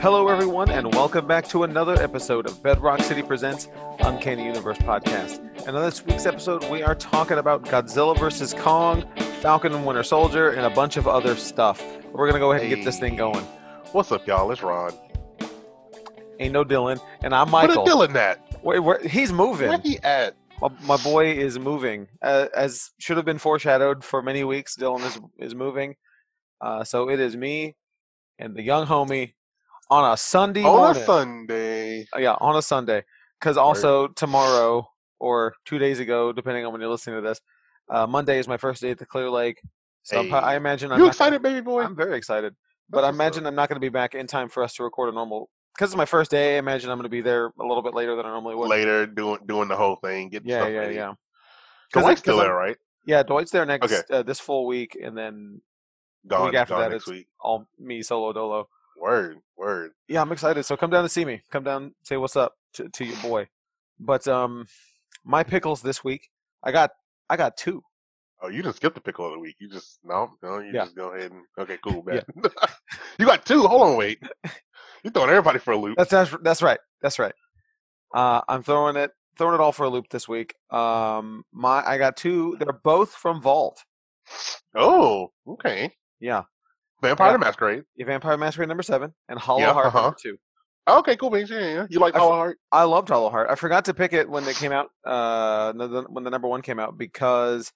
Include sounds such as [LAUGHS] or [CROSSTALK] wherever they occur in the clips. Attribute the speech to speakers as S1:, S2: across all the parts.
S1: Hello, everyone, and welcome back to another episode of Bedrock City Presents Uncanny Universe Podcast. And on this week's episode, we are talking about Godzilla vs. Kong, Falcon and Winter Soldier, and a bunch of other stuff. We're going to go ahead and get this thing going.
S2: What's up, y'all? It's Ron.
S1: Ain't no Dylan, and I'm
S2: What a
S1: Michael.
S2: Dylan at?
S1: Wait, where- he's
S2: Where
S1: moving.
S2: he at?
S1: My, my boy is moving, uh, as should have been foreshadowed for many weeks. Dylan is is moving, uh, so it is me and the young homie on a Sunday
S2: On a
S1: morning.
S2: Sunday.
S1: Uh, yeah, on a Sunday. Because also tomorrow or two days ago, depending on when you're listening to this, uh, Monday is my first day at the Clear Lake. So I'm pro-
S2: Hey.
S1: I imagine I'm
S2: You
S1: not gonna-
S2: excited, baby boy?
S1: I'm very excited, but I
S2: what's up.
S1: imagine I'm not going to be back in time for us to record a normal. Because it's my first day, I imagine I'm going to be there a little bit later than I normally would.
S2: Later, doing doing the whole thing, getting
S1: Yeah,
S2: stuff
S1: yeah,
S2: ready.
S1: yeah.
S2: Because
S1: Because
S2: Dwight's
S1: I-
S2: still
S1: because
S2: there, right?
S1: Yeah, Dwight's there next
S2: Okay.
S1: uh, this full week, and then
S2: Gone,
S1: week after
S2: gone
S1: that,
S2: next
S1: it's-
S2: week.
S1: all me solo dolo.
S2: Word, word.
S1: Yeah, I'm excited. So come down to see me. Come down, say what's up to, to your boy. But um, my pickles this week, I got I got two.
S2: Oh, you didn't skip the pickle of the week. You just no, no. You
S1: Yeah.
S2: just go ahead and okay, cool, bet. [LAUGHS] you got two. Hold
S1: [LAUGHS]
S2: on, wait. You throwing everybody for a loop.
S1: That's that's that's right. That's right. Uh, I'm throwing it throwing it all for a loop this week. Um, my I got two. They're both from Vault.
S2: Oh, okay.
S1: Yeah,
S2: Vampire
S1: Yeah.
S2: the Masquerade.
S1: The Vampire Masquerade number seven and Hollow
S2: Yeah,
S1: Heart
S2: uh-huh.
S1: number two.
S2: Okay, cool. man. Yeah, yeah. You like
S1: I f-
S2: Hollow Heart?
S1: I loved Hollow Heart. I forgot to pick it when it came out. Uh, no- the- when the number one came out because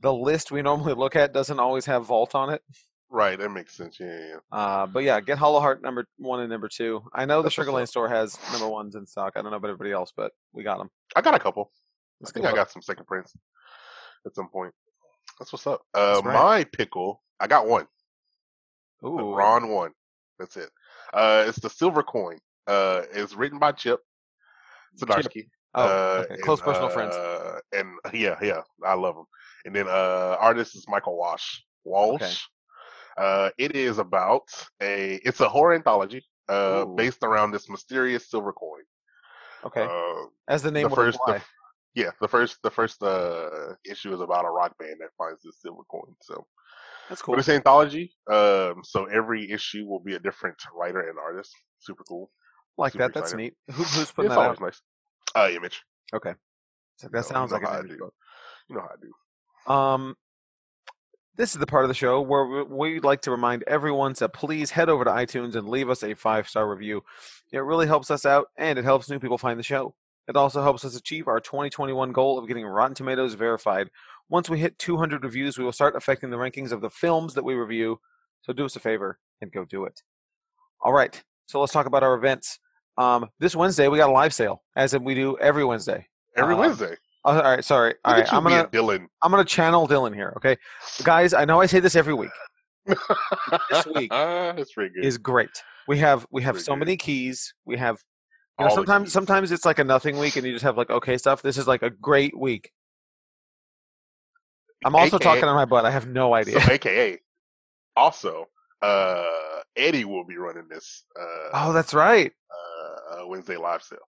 S1: the list we normally look at doesn't always have Vault on it.
S2: Right, that makes sense. Yeah, yeah. yeah.
S1: Uh, but yeah, get Hollow Heart number one and number two. I know the
S2: Mm-hmm. That's what's
S1: Sugar Lane
S2: up.
S1: store has number ones in stock. I don't know about everybody else, but we got them.
S2: I got a couple. I think I got some second prints at some point. That's what's up. Uh,
S1: That's right.
S2: My pickle, I got one.
S1: Ooh,
S2: Ron one. That's it. Uh, it's the silver coin. Uh, it's written by Chip Zdarsky.
S1: Oh,
S2: uh,
S1: okay. close personal friends.
S2: friends. And yeah, yeah, I love him. And then uh, artist is Michael Walsh. Walsh. Uh, it is about a. It's a horror anthology uh,
S1: Ooh.
S2: based around this mysterious silver coin.
S1: Okay,
S2: Uh,
S1: as the name
S2: the
S1: would
S2: first- the
S1: imply.
S2: yeah, the first the first uh, issue is about a rock band that finds this silver coin. So
S1: That's cool.
S2: But it's anthology, um, so every issue will be a different writer and artist. Super cool.
S1: like
S2: super
S1: that. That's
S2: excited.
S1: neat. Who, who's putting
S2: it's
S1: that
S2: always
S1: out?
S2: nice. Uh, image.
S1: It's like, that
S2: No,
S1: sounds
S2: no,
S1: like an
S2: I
S1: image
S2: do.
S1: book.
S2: You know how I do.
S1: Um, this is the part of the show where we- we'd like to remind everyone to please head over to iTunes and leave us a five star review. It really helps us out, and it helps new people find the show. It also helps us achieve our 2021 goal of getting Rotten Tomatoes verified. Once we hit 200 reviews, we will start affecting the rankings of the films that we review. So do us a favor and go do it. All right, so let's talk about our events. Um, this Wednesday we got a live sale, as we do every Wednesday.
S2: Every
S1: Uh,
S2: Wednesday. Look
S1: Oh, all right, sorry. All
S2: at
S1: right,
S2: you
S1: I'm gonna
S2: being Dylan.
S1: I'm gonna channel Dylan here. Okay, guys, I know I say this every week. This week
S2: [LAUGHS] That's pretty good.
S1: Is great. We have we have
S2: Very
S1: so
S2: good.
S1: many keys. We have you know,
S2: All the
S1: sometimes
S2: keys.
S1: sometimes it's like a nothing week, and you just have like okay stuff. This is like a great week. I'm also
S2: AKA
S1: talking on my butt. I have no idea.
S2: So, AKA. Also, uh, Eddie will be running this uh,
S1: oh, that's right.
S2: uh, Wednesday live sale.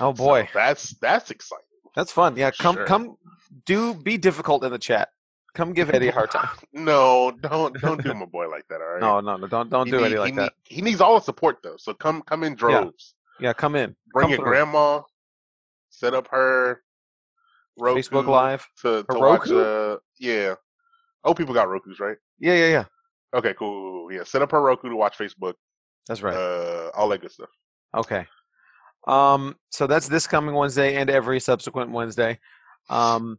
S1: Oh
S2: So
S1: boy,
S2: that's that's exciting.
S1: that's fun. Yeah, come
S2: sure.
S1: come do be difficult in the chat. Come give Eddie a hard time.
S2: No, don't don't do my boy like that. All [LAUGHS] right.
S1: No, no, no. Don't don't
S2: He
S1: do
S2: need-
S1: Eddie like
S2: he
S1: that.
S2: need- he needs all the support though. So come come in droves.
S1: Yeah, come in.
S2: Bring
S1: Come
S2: your
S1: through.
S2: grandma. Set up her Roku
S1: Facebook Live.
S2: to,
S1: Her
S2: to watch.
S1: Roku?
S2: Uh, yeah. Oh, people got Roku's right.
S1: Yeah, yeah, yeah.
S2: Okay, cool, cool, cool. Yeah, set up her Roku to watch Facebook.
S1: That's right.
S2: Uh, all that good stuff.
S1: Okay. Um, so that's this coming Wednesday and every subsequent Wednesday. Um,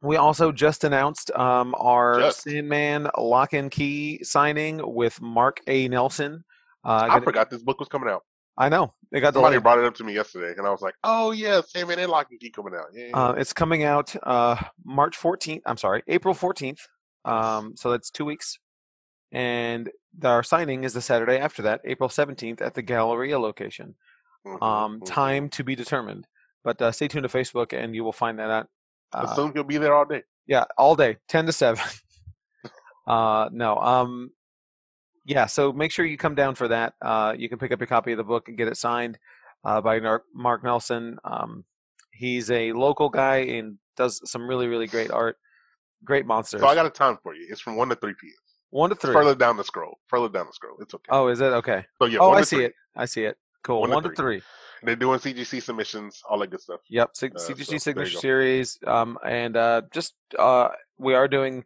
S1: we also just announced um, our
S2: Just.
S1: Sandman lock and key signing with Mark A. Nelson. Uh,
S2: I
S1: gonna-
S2: forgot this book was coming out.
S1: I know it got
S2: Somebody
S1: delayed.
S2: brought it up to me yesterday, and I was like, "Oh yeah, Sandman and Lock and Key coming out." Yeah, yeah,
S1: Uh, it's coming out uh, March 14th. I'm sorry, April 14th. Um, so that's two weeks, and our signing is the Saturday after that, April 17th, at the Galleria location.
S2: yeah. Mhm,
S1: um,
S2: mhm.
S1: time to be determined. But uh, stay tuned to Facebook, and you will find that out. Uh,
S2: Assume he'll be there all day.
S1: yeah, all day, ten to seven. [LAUGHS] uh, no, um, yeah. So make sure you come down for that. Uh, you can pick up your copy of the book and get it signed uh, by Nar- Mark Nelson. Um, he's a local guy and does some really, really great art. Great monsters.
S2: So I got a time for you. It's from one to three p.m.
S1: One to
S2: It's
S1: three.
S2: further down the scroll. Further down the scroll. It's okay.
S1: Oh, is it okay?
S2: so yeah,
S1: Oh,
S2: one
S1: I
S2: to
S1: see
S2: three.
S1: it. I see it. Cool. One,
S2: One to
S1: to three.
S2: They're doing CGC submissions, all that good stuff.
S1: Yep, sig-
S2: Uh,
S1: CGC
S2: so there you
S1: signature
S2: go.
S1: series, um, and uh, just uh, we are doing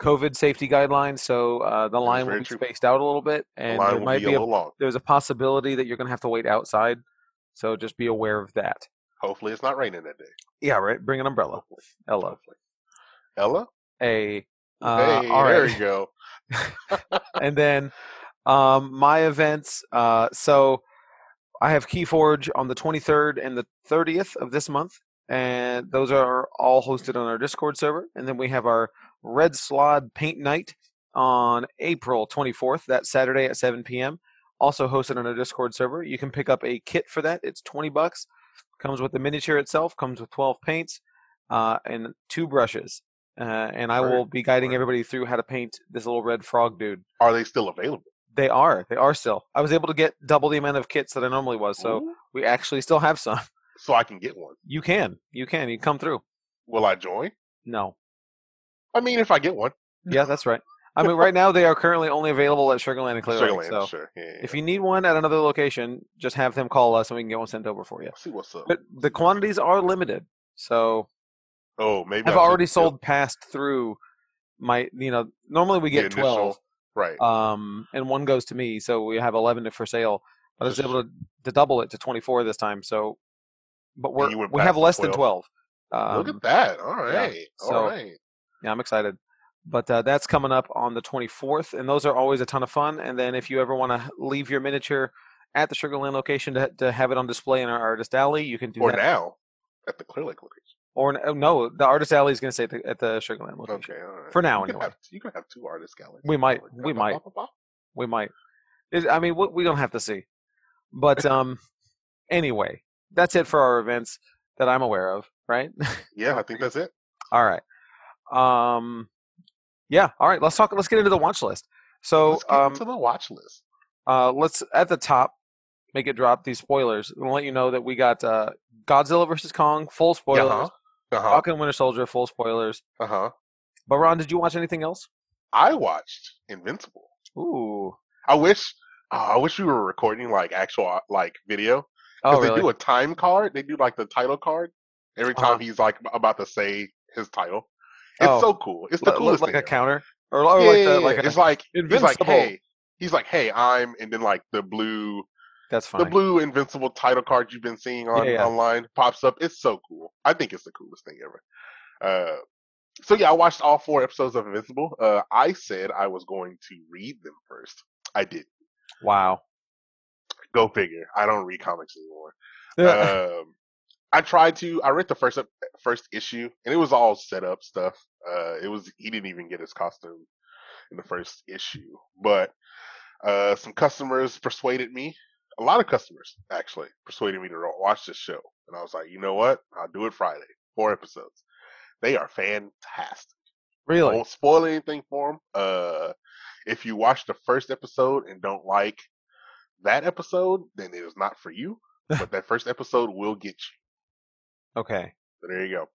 S1: COVID safety guidelines, so uh, the line will
S2: very
S1: be
S2: true.
S1: spaced out a little bit,
S2: The
S1: and
S2: line
S1: there
S2: will
S1: might
S2: be a
S1: be a,
S2: little long.
S1: there's a possibility that you're going to have to wait outside, so just be aware of that.
S2: Hopefully, it's not raining that day.
S1: Yeah, right. Bring an umbrella.
S2: Hopefully.
S1: Hello.
S2: Hopefully. Ella.
S1: A. Uh,
S2: hey,
S1: all
S2: there
S1: right.
S2: you go.
S1: and then um, my events. Uh, so I have Keyforge on the 23rd and the 30th of this month, and those are all hosted on our Discord server. And then we have our Red Slod Paint Night on April 24th, that Saturday at 7 p.m. Also hosted on our Discord server. You can pick up a kit for that. It's 20 bucks. Comes with the miniature itself. Comes with 12 paints uh, and two brushes. Uh, and I
S2: Word,
S1: will be guiding
S2: word.
S1: everybody through how to paint this little red frog dude.
S2: Are they still available?
S1: They are. They are still. I was able to get double the amount of kits that I normally was, so
S2: Ooh.
S1: we actually still have some. [LAUGHS]
S2: so I can get one.
S1: You can. You can. You can come through.
S2: Will I join?
S1: No.
S2: I mean, if I get one,
S1: Yeah, that's right. I mean, right now they are currently only available at Sugarland and Clear Lake,
S2: Sugarland,
S1: So
S2: sure. Yeah, yeah,
S1: if you need one at another location, just have them call us and we can get one sent over for you.
S2: yeah. see what's up.
S1: But the quantities are limited. So
S2: Oh, maybe
S1: I've
S2: I'll
S1: already
S2: just do-
S1: sold past through my, you know, normally we
S2: the
S1: get
S2: initial-
S1: 12
S2: Right.
S1: um, and one goes to me. So we have 11 for sale. I was able to, to double it to 24 this time. So, but we're,
S2: you went
S1: we have
S2: past the
S1: less than 12. Um,
S2: Look at that. All right.
S1: so-
S2: All right.
S1: yeah, I'm excited. But uh, that's coming up on the 24th, and those are always a ton of fun. And then if you ever want to leave your miniature at the Sugarland location to, to have it on display in our artist alley, you can do
S2: Or
S1: that.
S2: now at the Clear Lake location.
S1: Or n- no, the artist alley is going to say at the, at the Sugarland location.
S2: Okay. All right.
S1: For now,
S2: you could
S1: anyway.
S2: Have, you could have two artists galleries.
S1: We might- we might. We might. It, I mean, we, we don't have to see.
S2: [LAUGHS]
S1: But um, anyway, that's it for our events that I'm aware of, right? [LAUGHS]
S2: Yeah, I think that's it.
S1: all right. Um, yeah. All right. Let's talk. Let's get into the watch list. So
S2: Let's get
S1: um,
S2: to the watch list.
S1: Uh, let's at the top make it drop these spoilers and let you know that we got uh, Godzilla versus Kong full spoilers,
S2: Uh-huh. Uh huh.
S1: Falcon and Winter Soldier full spoilers.
S2: Uh huh.
S1: But Ron, did you watch anything else?
S2: I watched Invincible.
S1: Ooh,
S2: I wish. Oh, I wish we were recording like actual uh, like video.
S1: oh
S2: Because they
S1: really?
S2: do a time card. They do like the title card every time
S1: Uh-huh.
S2: he's like about to say his title. It's
S1: Oh.
S2: so cool. It's the
S1: Li- li-
S2: coolest
S1: like a
S2: thing. ever.
S1: counter or, or
S2: yeah,
S1: like
S2: yeah,
S1: the,
S2: yeah,
S1: like a,
S2: it's like he's
S1: invincible.
S2: like hey, he's like hey, I'm, and then like the blue,
S1: That's
S2: the
S1: fine.
S2: blue invincible title card you've been seeing on
S1: Yeah, yeah.
S2: online pops up. It's so cool. I think it's the coolest thing ever. Uh, so yeah, I watched all four episodes of Invincible. Uh, I said I was going to read them first. I did.
S1: Wow.
S2: Go figure. I don't read comics anymore.
S1: Uh,
S2: [LAUGHS] um, I tried to. I read the first ep- first issue, and it was all set up stuff. Uh, it was he didn't even get his costume in the first issue, but uh, some customers persuaded me. A lot of customers actually persuaded me to ro- watch this show, and I was like, you know what? I'll do it Friday. Four episodes. They are fantastic. I
S1: really?
S2: won't spoil anything for them. Uh, if you watch the first episode and don't like that episode, then it is not for you. but that first episode will get you.
S1: oh, Okay.
S2: So there you go.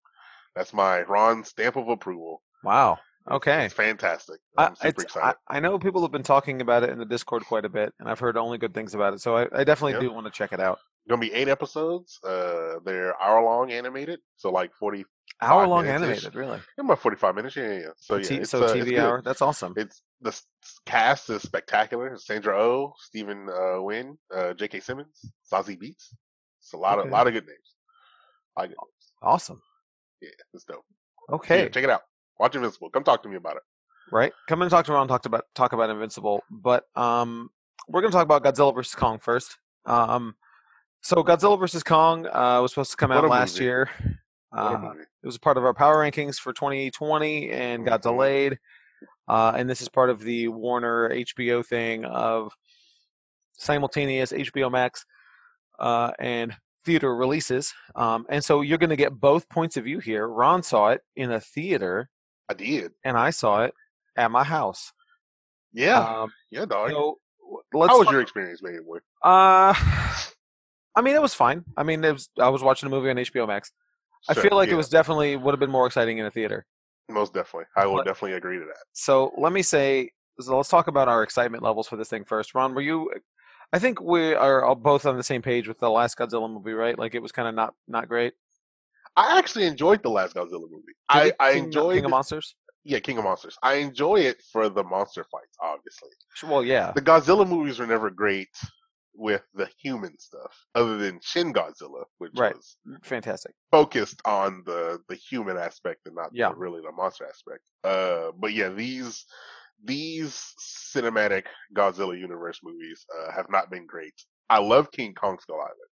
S2: That's my Ron stamp of approval.
S1: Wow. Okay.
S2: It's fantastic.
S1: I-
S2: I'm super
S1: it's-
S2: excited.
S1: I, I know people have been talking about it in the Discord quite a bit, and I've heard only good things about it. So I, I definitely
S2: Yeah.
S1: do want to check it out.
S2: Gonna be eight episodes. Uh, they're hour long animated, so like forty,
S1: Hour long
S2: minutes-ish.
S1: animated, really.
S2: about forty five minutes. Yeah, yeah. yeah. So yeah,
S1: T-
S2: it's,
S1: so
S2: uh, it's
S1: TV
S2: good.
S1: hour. That's awesome.
S2: It's the s- s- cast is spectacular. Sandra Oh, Stephen uh, Wynn, uh, J.K. Simmons, Zazie Beats. It's a lot
S1: Okay.
S2: of lot of good names. I like it.
S1: Awesome.
S2: Yeah, it's dope. Yeah,
S1: Okay.
S2: check it out. Watch Invincible. Come talk to me about it.
S1: right? Come and talk to Ron. Talk about talk about Invincible, but um, we're gonna talk about Godzilla vs Kong first. Um, so Godzilla vs Kong uh, was supposed to come
S2: What
S1: out
S2: a
S1: last
S2: movie.
S1: year.
S2: What a
S1: Uh,
S2: movie.
S1: it was part of our power rankings for 2020 and got
S2: Mhm.
S1: delayed. Uh, and this is part of the Warner HBO thing of simultaneous HBO Max uh, and theater releases. Um, and so you're going to get both points of view here. Ron saw it in a theater,
S2: I did.
S1: and I saw it at my house.
S2: Yeah,
S1: Um,
S2: yeah, dog.
S1: so let's
S2: How was your experience, baby boy?
S1: Uh, I mean, it was fine. I mean, it was, I was watching a movie on HBO Max. I
S2: Sure,
S1: feel like
S2: yeah,
S1: it was definitely would have been more exciting in a theater.
S2: most definitely. I will
S1: But-
S2: definitely agree to that.
S1: So let me say so let's talk about our excitement levels for this thing first. Ron, were you? I think we are all both on the same page with the last Godzilla movie, right? Like it was kind of not not great.
S2: I actually enjoyed the last Godzilla movie. I,
S1: King,
S2: I enjoyed
S1: King of Monsters.
S2: yeah, King of Monsters. I enjoy it for the monster fights, obviously.
S1: Well, yeah,
S2: The Godzilla movies were never great with the human stuff, other than Shin Godzilla, which
S1: Right.
S2: was
S1: fantastic.
S2: focused on the the human aspect and not the-
S1: Yeah.
S2: really the monster aspect. Uh, but yeah, these these cinematic Godzilla universe movies uh, have not been great. I love King Kong Skull Island.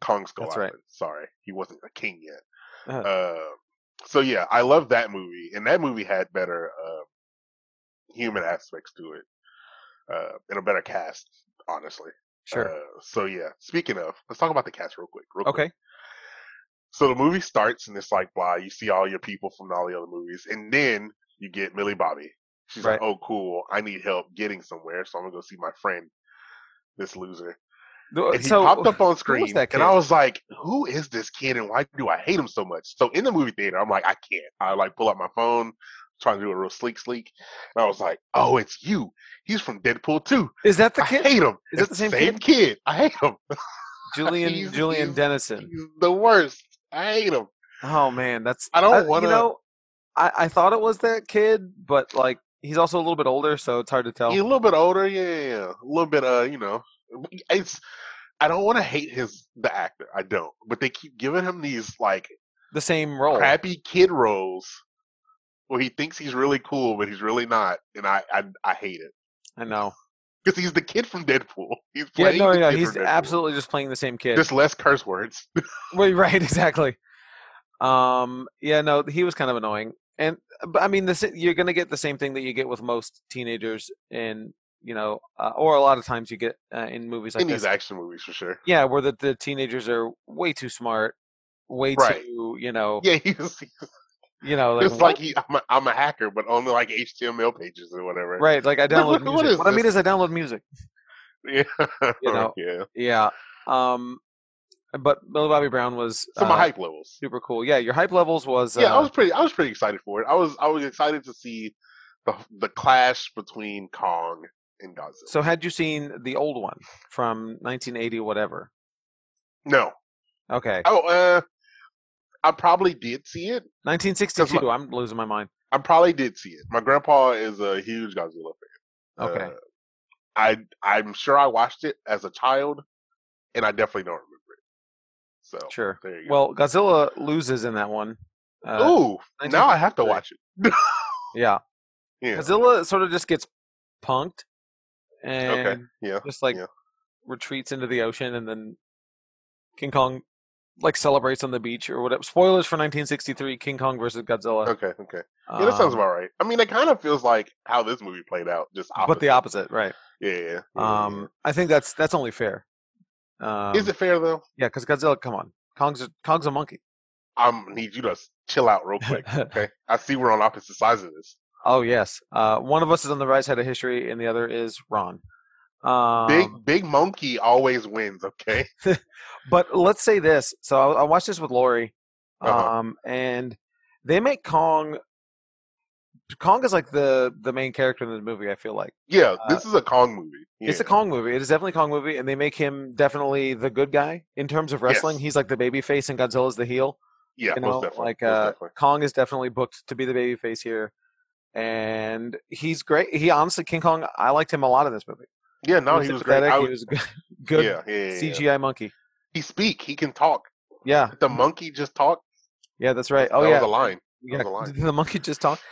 S2: Kong Skull
S1: That's right.
S2: Island. Sorry, he wasn't a king yet.
S1: Uh-huh.
S2: Uh, so yeah, I love that movie, and that movie had better uh, human aspects to it uh, and a better cast, honestly.
S1: Sure.
S2: Uh, so yeah, speaking of, let's talk about the cast real quick. Real quick.
S1: okay.
S2: So the movie starts and it's like, blah, you see all your people from all the other movies, and then you get Millie Bobby. She's like,
S1: Right.
S2: oh, cool, I need help getting somewhere, so I'm gonna go see my friend, this loser.
S1: The-
S2: And he
S1: Uh, so [LAUGHS]
S2: popped up on screen,
S1: that
S2: and I
S1: kid?
S2: was like, who is this kid, and why do I hate him so much? So in the movie theater, I'm like, I can't. I like pull out my phone, trying to do a real sleek sleek, and I was like, oh, it's you. He's from Deadpool 2.
S1: is that the
S2: I
S1: kid?
S2: hate him.
S1: Is it
S2: it's
S1: the same
S2: kid? kid. I hate him.
S1: Julian
S2: He's-
S1: Julian
S2: he's-
S1: Dennison.
S2: He's the worst. I hate him.
S1: Oh man, that's
S2: I don't
S1: I-
S2: wanna-
S1: You know, I I thought it was that kid, but like he's also a little bit older, so it's hard to tell.
S2: He's a little bit older, yeah, yeah, yeah. A little bit, uh, you know, it's. I don't want to hate his the actor. I don't, but they keep giving him these like
S1: the same role.
S2: crappy kid roles where he thinks he's really cool, but he's really not, and I I, I hate it
S1: I know.
S2: because he's the kid from Deadpool. [LAUGHS] He's
S1: Yeah,
S2: playing
S1: no,
S2: the
S1: no,
S2: kid
S1: he's
S2: from Deadpool.
S1: absolutely just playing the same kid.
S2: just less curse words. [LAUGHS]
S1: Well, [LAUGHS] right, exactly. Um, yeah, no, he was kind of annoying, and but I mean, this you're gonna get the same thing that you get with most teenagers, in you know, uh, or a lot of times you get uh, in movies like
S2: in
S1: this.
S2: these action movies for sure.
S1: Yeah, where the, the teenagers are way too smart, way
S2: Right.
S1: too you know,
S2: Yeah, he's, he's
S1: you know, Oh. like,
S2: just like
S1: "What?"
S2: he. I'm a, I'm a hacker, but on like HTML pages or whatever.
S1: right, like I download
S2: [LAUGHS]
S1: music.
S2: what- what
S1: What,
S2: is
S1: I mean is I download music.
S2: Yeah, [LAUGHS]
S1: You know.
S2: yeah.
S1: Yeah. Um, but Billy Bobby Brown was
S2: So my
S1: uh,
S2: hype levels.
S1: super cool. Yeah, your hype levels was
S2: yeah, I
S1: uh,
S2: was pretty. I was pretty excited for it. I was. I was excited to see the the clash between Kong and Godzilla.
S1: So had you seen the old one from 1980 whatever?
S2: no.
S1: Okay.
S2: Oh, uh, I probably did see it.
S1: 1962. I'm losing my mind.
S2: I probably did see it. My grandpa is a huge Godzilla fan.
S1: Okay.
S2: Uh, I I'm sure I watched it as a child, and I definitely don't remember it. So
S1: Sure.
S2: there you go.
S1: Well, Godzilla loses in that one. Uh,
S2: Ooh, now I have to
S1: 1953.
S2: watch it.
S1: Yeah.
S2: Yeah.
S1: Godzilla sort of just gets punked and
S2: Yeah.
S1: just like
S2: yeah.
S1: retreats into the ocean and then King Kong like celebrates on the beach or whatever. Spoilers for 1963 King Kong versus Godzilla.
S2: Okay. Okay. Yeah, that sounds
S1: Um,
S2: about right. I mean, it kind of feels like how this movie played out, just opposite.
S1: But the opposite, right.
S2: Yeah. yeah, yeah.
S1: Um I think that's that's only fair. Um,
S2: Is it fair though?
S1: Yeah, cuz Godzilla, come on. Kong's a, Kong's a
S2: [LAUGHS]
S1: monkey.
S2: I need you to s- chill out real
S1: [LAUGHS]
S2: quick. Okay, I see we're on opposite sides of this.
S1: Oh yes, uh, one of us is on the right side of history, and the other is Ron. Um,
S2: Big big monkey always wins. Okay, [LAUGHS]
S1: but let's say this. So I, I watched this with Lori, um,
S2: Uh-huh.
S1: and they make Kong. Kong is like the the main character in the movie. I feel like
S2: yeah, this is a Kong movie.
S1: Uh, it's a
S2: Yeah.
S1: Kong movie. It is definitely a Kong movie, and they make him definitely the good guy in terms of wrestling.
S2: Yes.
S1: He's like the baby face, and Godzilla's the heel.
S2: Yeah,
S1: you know,
S2: most definitely.
S1: like
S2: most
S1: uh,
S2: definitely.
S1: Kong is definitely booked to be the baby face here, and he's great. He honestly, King Kong, I liked him a lot in this movie.
S2: Yeah, no,
S1: he was
S2: great.
S1: pathetic.
S2: I
S1: he
S2: would-
S1: was a good, [LAUGHS] good
S2: yeah, yeah, yeah, yeah.
S1: CGI monkey.
S2: He speak. He can talk.
S1: Yeah,
S2: The monkey just talked.
S1: yeah, that's right. Mm-hmm. Oh
S2: that
S1: yeah,
S2: was a line.
S1: yeah.
S2: was a line.
S1: [LAUGHS] the monkey just talked.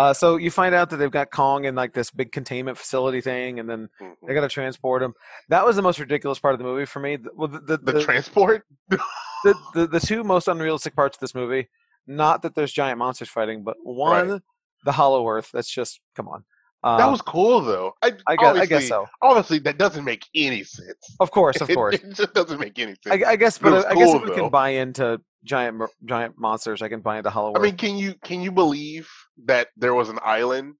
S1: Uh, so you find out that they've got Kong in like this big containment facility thing, and then
S2: Mhm.
S1: they got to transport him. That was the most ridiculous part of the movie for me. The, well, the, the,
S2: The,
S1: the,
S2: transport.
S1: the, the, the two most unrealistic parts of this movie, not that there's giant monsters fighting, but one, the Hollow Earth. That's just come on. Uh,
S2: that was cool though. I,
S1: I guess, I
S2: obviously,
S1: guess so.
S2: Obviously, that doesn't make any sense.
S1: Of course,
S2: [LAUGHS]
S1: of
S2: It-
S1: course.
S2: it, just doesn't make any sense.
S1: I, I guess,
S2: But it
S1: but
S2: was
S1: I, I guess
S2: cool,
S1: if we
S2: though.
S1: can buy into giant mer- giant monsters, I can buy into Hollow Earth.
S2: I mean, can you can you believe that there was an island